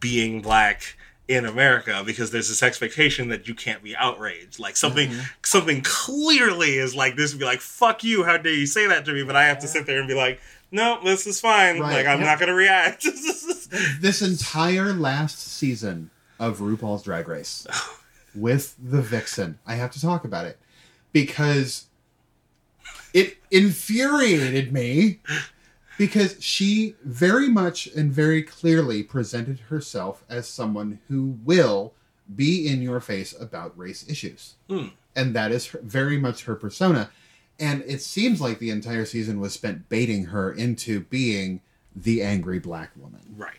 S1: being black in America because there's this expectation that you can't be outraged. Like something
S3: Mm-hmm.
S1: something clearly is like this would be like, fuck you, how dare you say that to me? But I have to sit there and be like, no, this is fine.
S3: Right.
S1: Like I'm
S2: Yep.
S1: not gonna react.
S3: this entire last season of RuPaul's Drag Race with the Vixen. I have to talk about it because it infuriated me because she very much and very clearly presented herself as someone who will be in your face about race issues.
S1: Hmm.
S3: And that is her, very much her persona. And it seems like the entire season was spent baiting her into being the angry black woman.
S1: Right.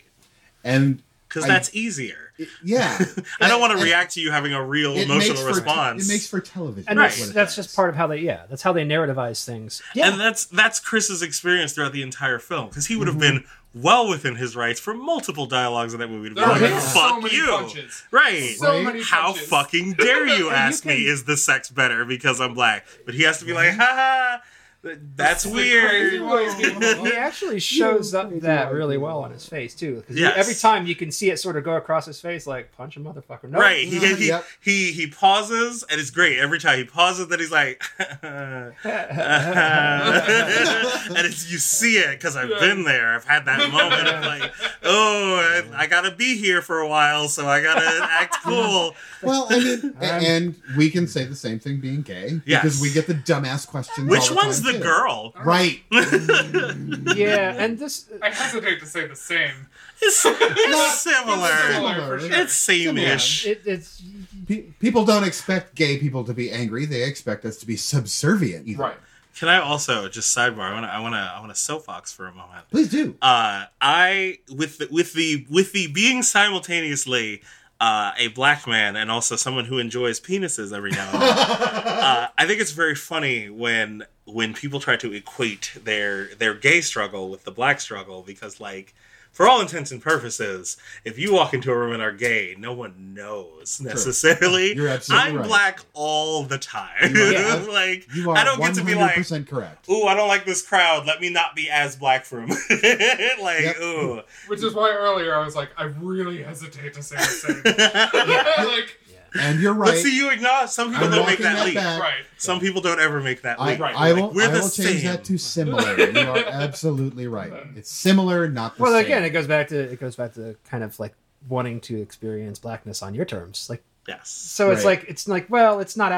S3: And
S1: Because
S3: I-
S1: that's easier.
S3: it- yeah,
S1: I don't
S3: And-
S1: want to
S3: and
S1: react to you having a real
S3: it makes
S1: emotional
S3: for te-
S1: response.
S3: it makes for television.
S2: and
S3: is
S1: Right.
S3: what
S2: that's,
S3: it
S2: that's
S3: does.
S2: just part of how they yeah that's how they narrativize things yeah
S1: And that's that's Chris's experience throughout the entire film because he would have been well within his rights for multiple dialogues in that movie to be
S4: There
S1: like,
S4: are
S3: yeah.
S4: so
S1: "Fuck
S4: many
S1: you."
S4: punches.
S1: Right.
S4: So
S3: Right?
S4: many
S1: How
S4: punches.
S1: fucking dare you
S2: you
S1: ask me
S2: can-
S1: is the sex better because I'm black? But he has to be like, "Ha ha, that's
S4: The
S1: weird."
S4: crazy white people.
S2: he actually shows up
S3: crazy
S2: that
S3: white
S2: really
S3: people.
S2: well on his face too. 'Cause
S1: Yes.
S2: every time you can see it sort of go across his face, like punch a motherfucker. No,
S1: right. He,
S3: no,
S1: he,
S3: yep.
S1: he he pauses and it's great every time he pauses. Then he's like, and it's you see it because I've been there. I've had that moment of like, oh, I, I gotta be here for a while, so I gotta act cool.
S3: well, I mean, a-
S2: I'm-
S3: and we can say the same thing being gay
S1: Yes.
S3: because we get the dumbass questions. all
S1: Which
S3: the
S1: one's
S3: time,
S1: the
S3: too.
S1: girl?
S3: Right.
S2: yeah, and this
S4: I hesitate to say the same.
S1: It's, it's similar.
S3: similar.
S4: for sure.
S1: It's same-ish.
S2: it, it's
S3: Pe- people don't expect gay people to be angry. They expect us to be subservient. Either.
S4: right.
S1: Can I also just sidebar? I wanna I wanna I wanna soapbox for a moment.
S3: Please do.
S1: uh, I with the, with the with the being simultaneously uh, a black man and also someone who enjoys penises every now and then. uh, I think it's very funny when when people try to equate their their gay struggle with the black struggle because like. For all intents and purposes, if you walk into a room and are gay, no one knows necessarily.
S3: You're absolutely
S1: I'm
S3: right.
S1: black all the time.
S3: You are
S2: ab-
S1: like
S3: You are
S1: I don't get to be like,
S3: 100% correct.
S1: ooh, I don't like this crowd. Let me not be as black for him. like,
S3: Yep.
S1: ooh.
S4: Which is why earlier I was like, I really hesitate to say the same. like,
S3: And you're
S1: But
S3: right.
S1: see, you acknowledge some people
S3: I'm
S1: don't make
S3: walking
S1: that
S3: that
S1: leap.
S3: back.
S4: right.
S1: Some people don't ever make that
S3: I,
S1: leap.
S4: Right,
S3: I
S4: like,
S3: will,
S1: we're
S3: I
S1: the
S3: will change that
S1: same.
S3: to similar. You are absolutely right. It's similar, not the
S2: well
S3: same.
S2: again it goes back to it goes back to kind of like wanting to experience blackness on your terms. Like
S1: Yes.
S2: so it's
S3: Right.
S2: like it's like well it's not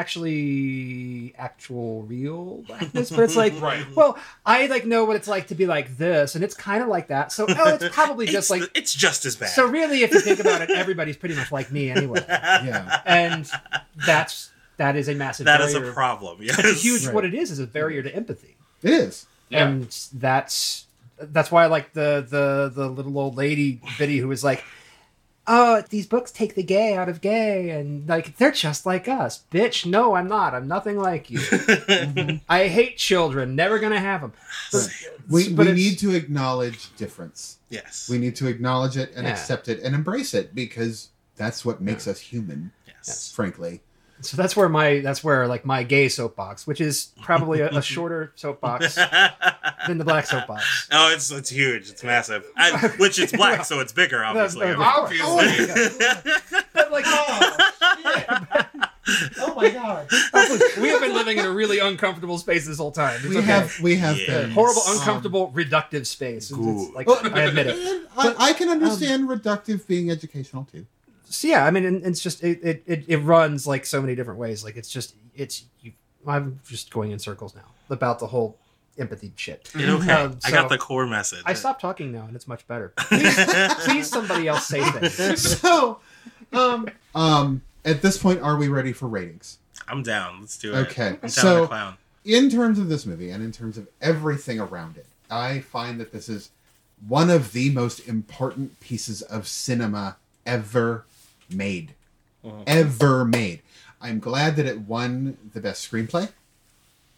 S2: actually actual real blackness, but it's like
S4: Right.
S2: well I like know what it's like to be like this, and it's kind of like that. So oh, it's probably
S1: It's,
S2: just like.
S1: the- it's just as bad.
S2: So really, if you think about it, everybody's pretty much like me anyway.
S3: yeah.
S2: and that's that is a massive
S1: that is
S2: barrier.
S1: a problem. Yes.
S2: It's a huge
S3: Right.
S2: what it is is a barrier to empathy
S3: It is.
S4: Yeah.
S2: and that's that's why I like the the the little old lady biddy who was like oh these books take the gay out of gay and like they're just like us bitch no i'm not i'm nothing like you i hate children never gonna have them
S3: We,
S2: But
S3: we
S2: it's-
S3: need to acknowledge difference.
S1: yes.
S3: We need to acknowledge it and
S2: Yeah.
S3: accept it and embrace it because that's what makes us human,
S1: yes.
S3: frankly.
S2: so that's where my that's where like my gay soapbox which is probably a, a shorter soapbox than the black soapbox
S1: oh, it's it's huge. It's massive. I, which it's black, so it's bigger, obviously.
S2: that's-
S4: Obviously.
S2: but like
S5: Oh my god.
S2: we have been living in a really uncomfortable space this whole time. It's
S3: We
S2: okay.
S3: have we have
S1: Yeah.
S3: been
S2: horrible,
S3: um,
S2: uncomfortable, reductive space. It's- it's
S1: Good.
S2: like
S3: Well-
S2: I admit it.
S3: and I, I can
S2: Um,
S3: understand reductive being educational too.
S2: So yeah, I mean, and- and it's just it, it it it runs like so many different ways. Like it's just it's you, I'm just going in circles now about the whole empathy shit.
S1: It okay.
S2: Um,
S1: I got
S2: so-
S1: the core message.
S2: I stopped talking now, and it's much better.
S1: I
S2: Please, somebody else say things.
S3: so, um, um, at this point, are we ready for ratings?
S1: am down. Let's do it.
S3: Okay,
S1: I'm down
S3: so-
S1: to clown.
S3: In terms of this movie and in terms of everything around it, I find that this is one of the most important pieces of cinema ever made. Ever made. I'm glad that it won the best screenplay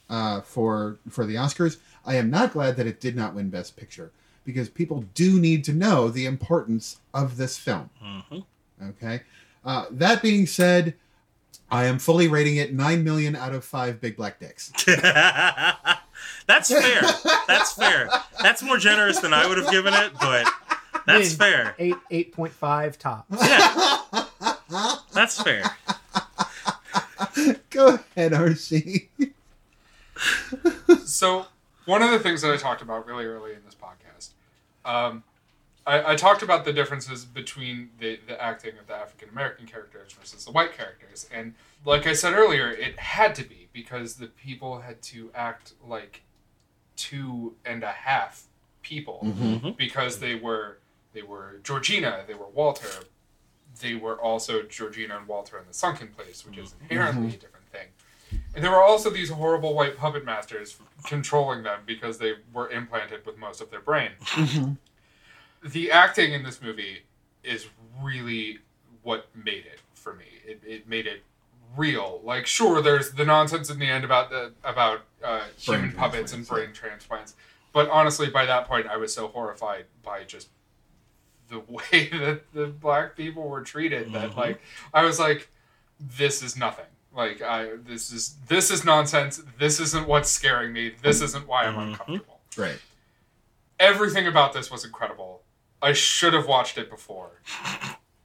S3: uh, for for the Oscars. I am not glad that it did not win Best Picture because people do need to know the importance of this film.
S1: Mhm.
S3: Okay. Uh, that being said, I am fully rating it nine million out of five big black dicks.
S1: that's fair. That's fair. That's more generous than I would have given it, but that's
S2: Mm.
S1: fair.
S2: Eight eight point five tops.
S1: Yeah. That's fair.
S3: Go ahead, RC.
S4: So one of the things that I talked about really early in this podcast, um, I, I talked about the differences between the, the acting of the African American characters versus the white characters, and like I said earlier, it had to be because the people had to act like two and a half people
S1: Mhm.
S4: because they were they were Georgina, they were Walter, they were also Georgina and Walter in the Sunken Place, which is inherently
S3: Mm-hmm.
S4: a different thing. And there were also these horrible white puppet masters controlling them because they were implanted with most of their brain.
S3: Mm-hmm.
S4: The acting in this movie is really what made it for me. It, it made it real. Like, sure, there's the nonsense in the end about the about uh, human
S3: Brain
S4: puppets and
S3: transplants,
S4: brain transplants, but honestly, by that point, I was so horrified by just the way that the black people were treated that
S1: Mhm.
S4: like I was like, this is nothing. Like I this is this is nonsense. This isn't what's scaring me. This isn't why I'm
S1: Mhm.
S4: uncomfortable.
S3: Right.
S4: Everything about this was incredible. I should have watched it before.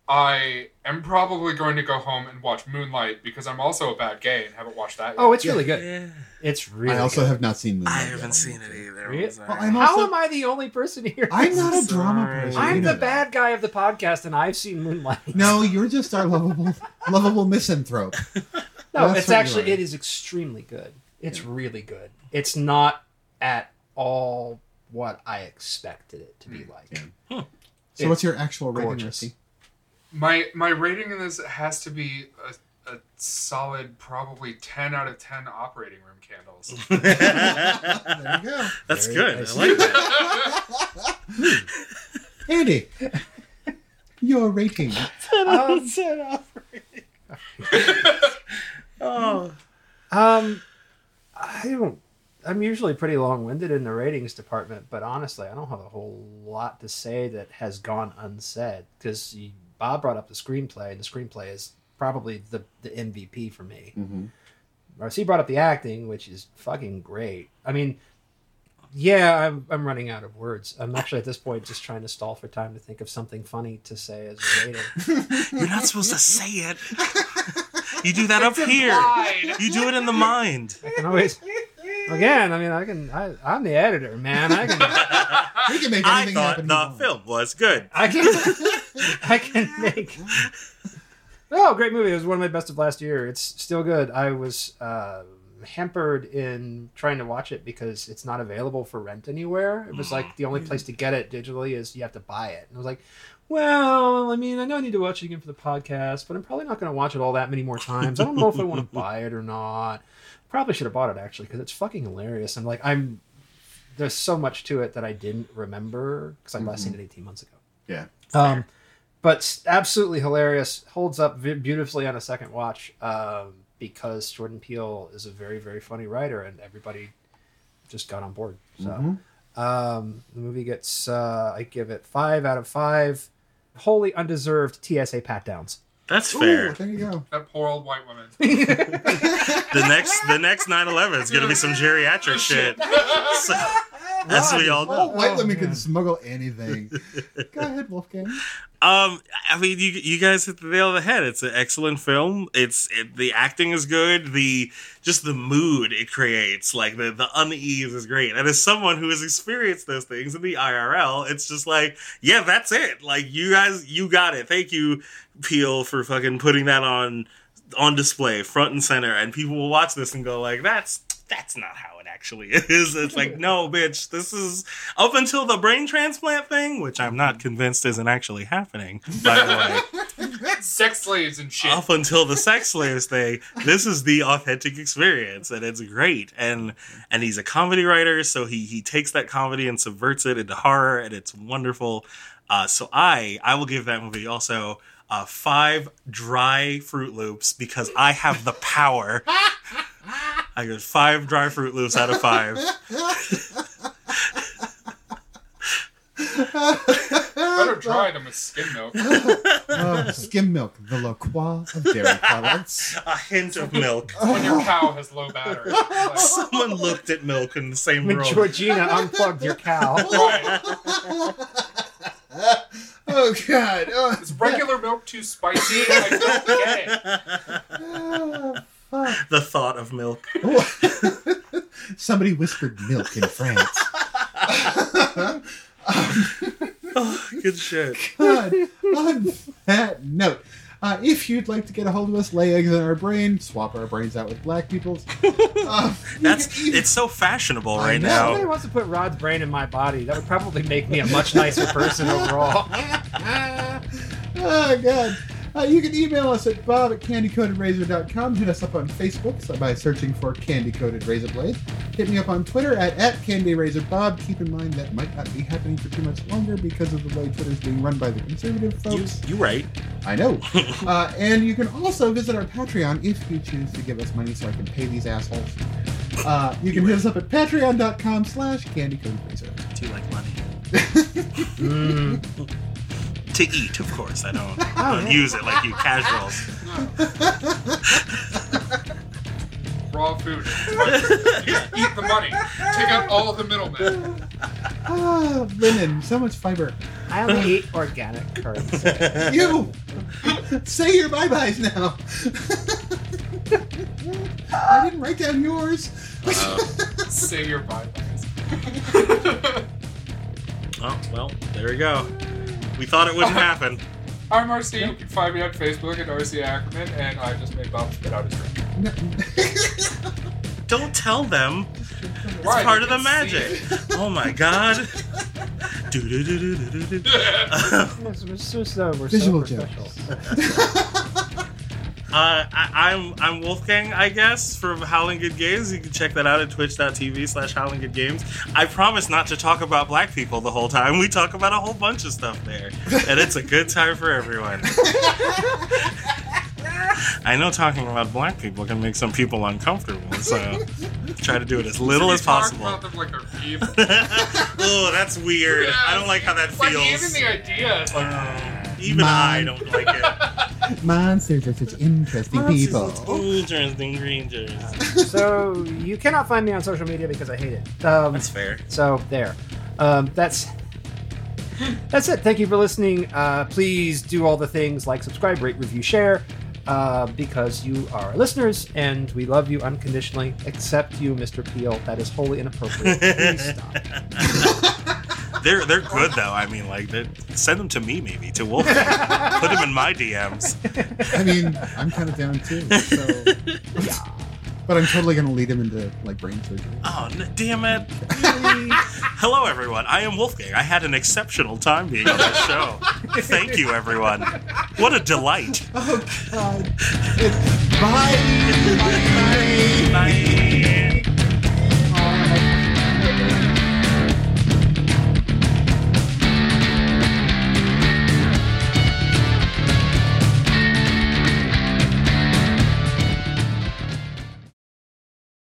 S4: I am probably going to go home and watch Moonlight because I'm also a bad gay and haven't watched that yet.
S2: Oh, it's really
S1: Yeah.
S2: good. It's really.
S3: I also
S2: good.
S3: have not seen. Moonlight
S1: I
S3: yet.
S1: haven't seen it either.
S2: Really?
S1: I'm sorry.
S3: Well, I'm
S2: How
S3: also-
S2: am I the only person here?
S3: I'm not a drama
S1: Sorry.
S3: person.
S2: I'm
S3: you
S2: the
S3: know that.
S2: bad guy of the podcast, and I've seen Moonlight.
S3: No, you're just our lovable, lovable misanthrope.
S2: No,
S3: That's what
S2: it's
S3: you
S2: actually
S3: are.
S2: it is extremely good. It's really good. It's not at all what I expected it to be
S4: Mm,
S2: like.
S3: yeah. So,
S2: It's
S3: what's your actual rating,
S2: gorgeous.
S3: Rusty?
S4: My my rating in this has to be a, a solid probably ten out of ten operating room candles.
S3: There you go,
S1: That's
S2: Very
S1: good. I
S2: nice.
S1: like that.
S3: Andy. Your rating.
S2: Um,
S1: Oh,
S2: um, I don't. I'm usually pretty long-winded in the ratings department, but honestly, I don't have a whole lot to say that has gone unsaid because Bob brought up the screenplay, and the screenplay is probably the the MVP for me. Marcy brought up the acting, which is fucking great. I mean, yeah, I'm, I'm running out of words. I'm actually at this point just trying to stall for time to think of something funny to say as a rating.
S1: you're not supposed to say it. You do that up here.
S4: Implied.
S1: You do it in the mind.
S2: I can always, again, I mean, I can, I, I'm the editor, man. I can,
S3: We can make
S1: I
S3: anything
S1: thought
S3: happen.
S1: the
S3: you want.
S1: film was good.
S2: I can, I can make. Oh, great movie! It was one of my best of last year. It's still good. I was uh, hampered in trying to watch it because it's not available for rent anywhere. It was like the only place to get it digitally is you have to buy it. And I was like, well, I mean, I know I need to watch it again for the podcast, but I'm probably not going to watch it all that many more times. I don't know if I want to buy it or not. Probably should have bought it actually because it's fucking hilarious. And like, I'm there's so much to it that I didn't remember because I last seen it 18 months ago.
S3: Yeah.
S2: Um, but s- absolutely hilarious. Holds up vi- beautifully on a second watch um, because Jordan Peele is a very, very funny writer, and everybody just got on board. So
S3: Mhm.
S2: um, the movie gets, uh, I give it five out of five. Wholly undeserved TSA pat downs.
S1: That's
S3: Ooh,
S1: fair.
S3: there you go.
S4: That poor old white woman.
S1: The next, the next 9/11 is gonna be some geriatric shit. So, as we all know.
S3: Oh, white
S2: Oh,
S3: women
S2: man.
S3: can smuggle anything. go ahead, Wolfgang.
S1: Um, I mean, you you guys hit the nail on the head. It's an excellent film. It's it, the acting is good. The just the mood it creates, like the the unease is great. And as someone who has experienced those things in the IRL, it's just like, yeah, that's it. Like you guys, you got it. Thank you, Peel, for fucking putting that on on display, front and center. And people will watch this and go like, that's that's not how it actually is. It's like, no, bitch, this is up until the brain transplant thing, which I'm not convinced isn't actually happening, by the way.
S4: Sex slaves and shit.
S1: up until the sex slaves thing, this is the authentic experience, and it's great. And and he's a comedy writer, so he he takes that comedy and subverts it into horror, and it's wonderful. Uh, so I I will give that movie also uh, five dry Fruit Loops because I have the power. I give it five dry Fruit Loops out of five.
S4: Better dry them with skim milk.
S3: Oh, skim milk, the La Croix of dairy products.
S1: A hint of milk.
S4: When your cow has low battery. Like,
S1: Someone looked at milk in the same
S2: When
S1: room.
S2: Georgina unplugged your cow.
S4: right.
S3: Oh God! Oh,
S4: Is regular milk too spicy? I don't get it.
S3: Oh, fuck.
S1: the thought of milk.
S3: Somebody whispered milk in France.
S1: Oh, good shit.
S3: God. On that note, uh, if you'd like to get a hold of us, lay eggs in our brain, swap our brains out with black people's. Uh, you
S1: That's
S3: can even-
S1: it's so fashionable
S3: I
S1: right
S3: know.
S2: If somebody
S1: now.
S2: wants to put Rod's brain in my body, that would probably make me a much nicer person overall.
S3: oh God. Uh, you can email us at bob at candycoatedrazor.com. Hit us up on Facebook so by searching for Candy Coated Razor Blades. Hit me up on Twitter at, at CandyRazorBob. Keep in mind that might not be happening for too much longer because of the way Twitter is being run by the conservative
S1: You,
S3: folks.
S1: you right.
S3: I know. uh, and you can also visit our Patreon if you choose to give us money so I can pay these assholes. Uh, you can hit us up at patreon.com slash candycoatedrazor.
S1: Do you like money?
S3: Mm.
S1: To eat, of course. I don't,
S4: Oh,
S1: I don't use it like you casuals.
S4: Raw food. It's like, just eat the money. Take out all of the middlemen.
S3: Ah, linen, so much fiber.
S2: I only eat organic currency.
S3: You say your bye byes now. I didn't write down yours.
S4: Say your bye byes.
S1: Oh, well, there we go. We thought it
S4: Oh.
S1: wouldn't happen.
S4: I'm RC. You can find me on Facebook at RC Ackerman, and I just made Bob spit out his drink.
S3: No.
S1: Don't tell them. It's
S4: Why?
S1: part
S4: They
S1: of the
S4: can see
S1: magic. Oh my god. Do-do-do-do-do-do-do.
S4: it.
S2: It's- it's just, uh, we're so
S3: Visual
S2: professional.
S3: jokes.
S1: Uh, I, I'm I'm Wolfgang, I guess, from Howling Good Games. You can check that out at twitch.tv slash Howling Good Games. I promise not to talk about black people the whole time. We talk about a whole bunch of stuff there. And it's a good time for everyone. I know talking about black people can make some people uncomfortable, so try to do it as little
S4: You
S1: as
S4: talk
S1: possible.
S4: About them like they're evil.
S1: oh, that's weird. I don't like how that
S4: Like
S1: feels. Uh,
S4: even the idea is like,
S1: Even
S3: Mine.
S1: I don't like it.
S3: Monsters are such interesting people.
S1: Interesting Rangers.
S2: so you cannot find me on social media because I hate it. Um,
S1: That's fair.
S2: so there. Um, that's that's it. Thank you for listening. Uh, please do all the things like subscribe, rate, review, share, uh, because you are our listeners and we love you unconditionally. Except you, Mr. Peel. That is wholly inappropriate. Please stop.
S1: They're they're good though. I mean, like, they're- send them to me maybe to Wolf. Put them in my DMs.
S3: I mean, I'm kind of down too. So. But I'm totally gonna lead him into like brain surgery.
S1: Oh n- damn it! Hello everyone. I am Wolfgang. I had an exceptional time being on this show. Thank you everyone. What a delight.
S3: Uh, Oh God! It's, bye. bye.
S1: Bye.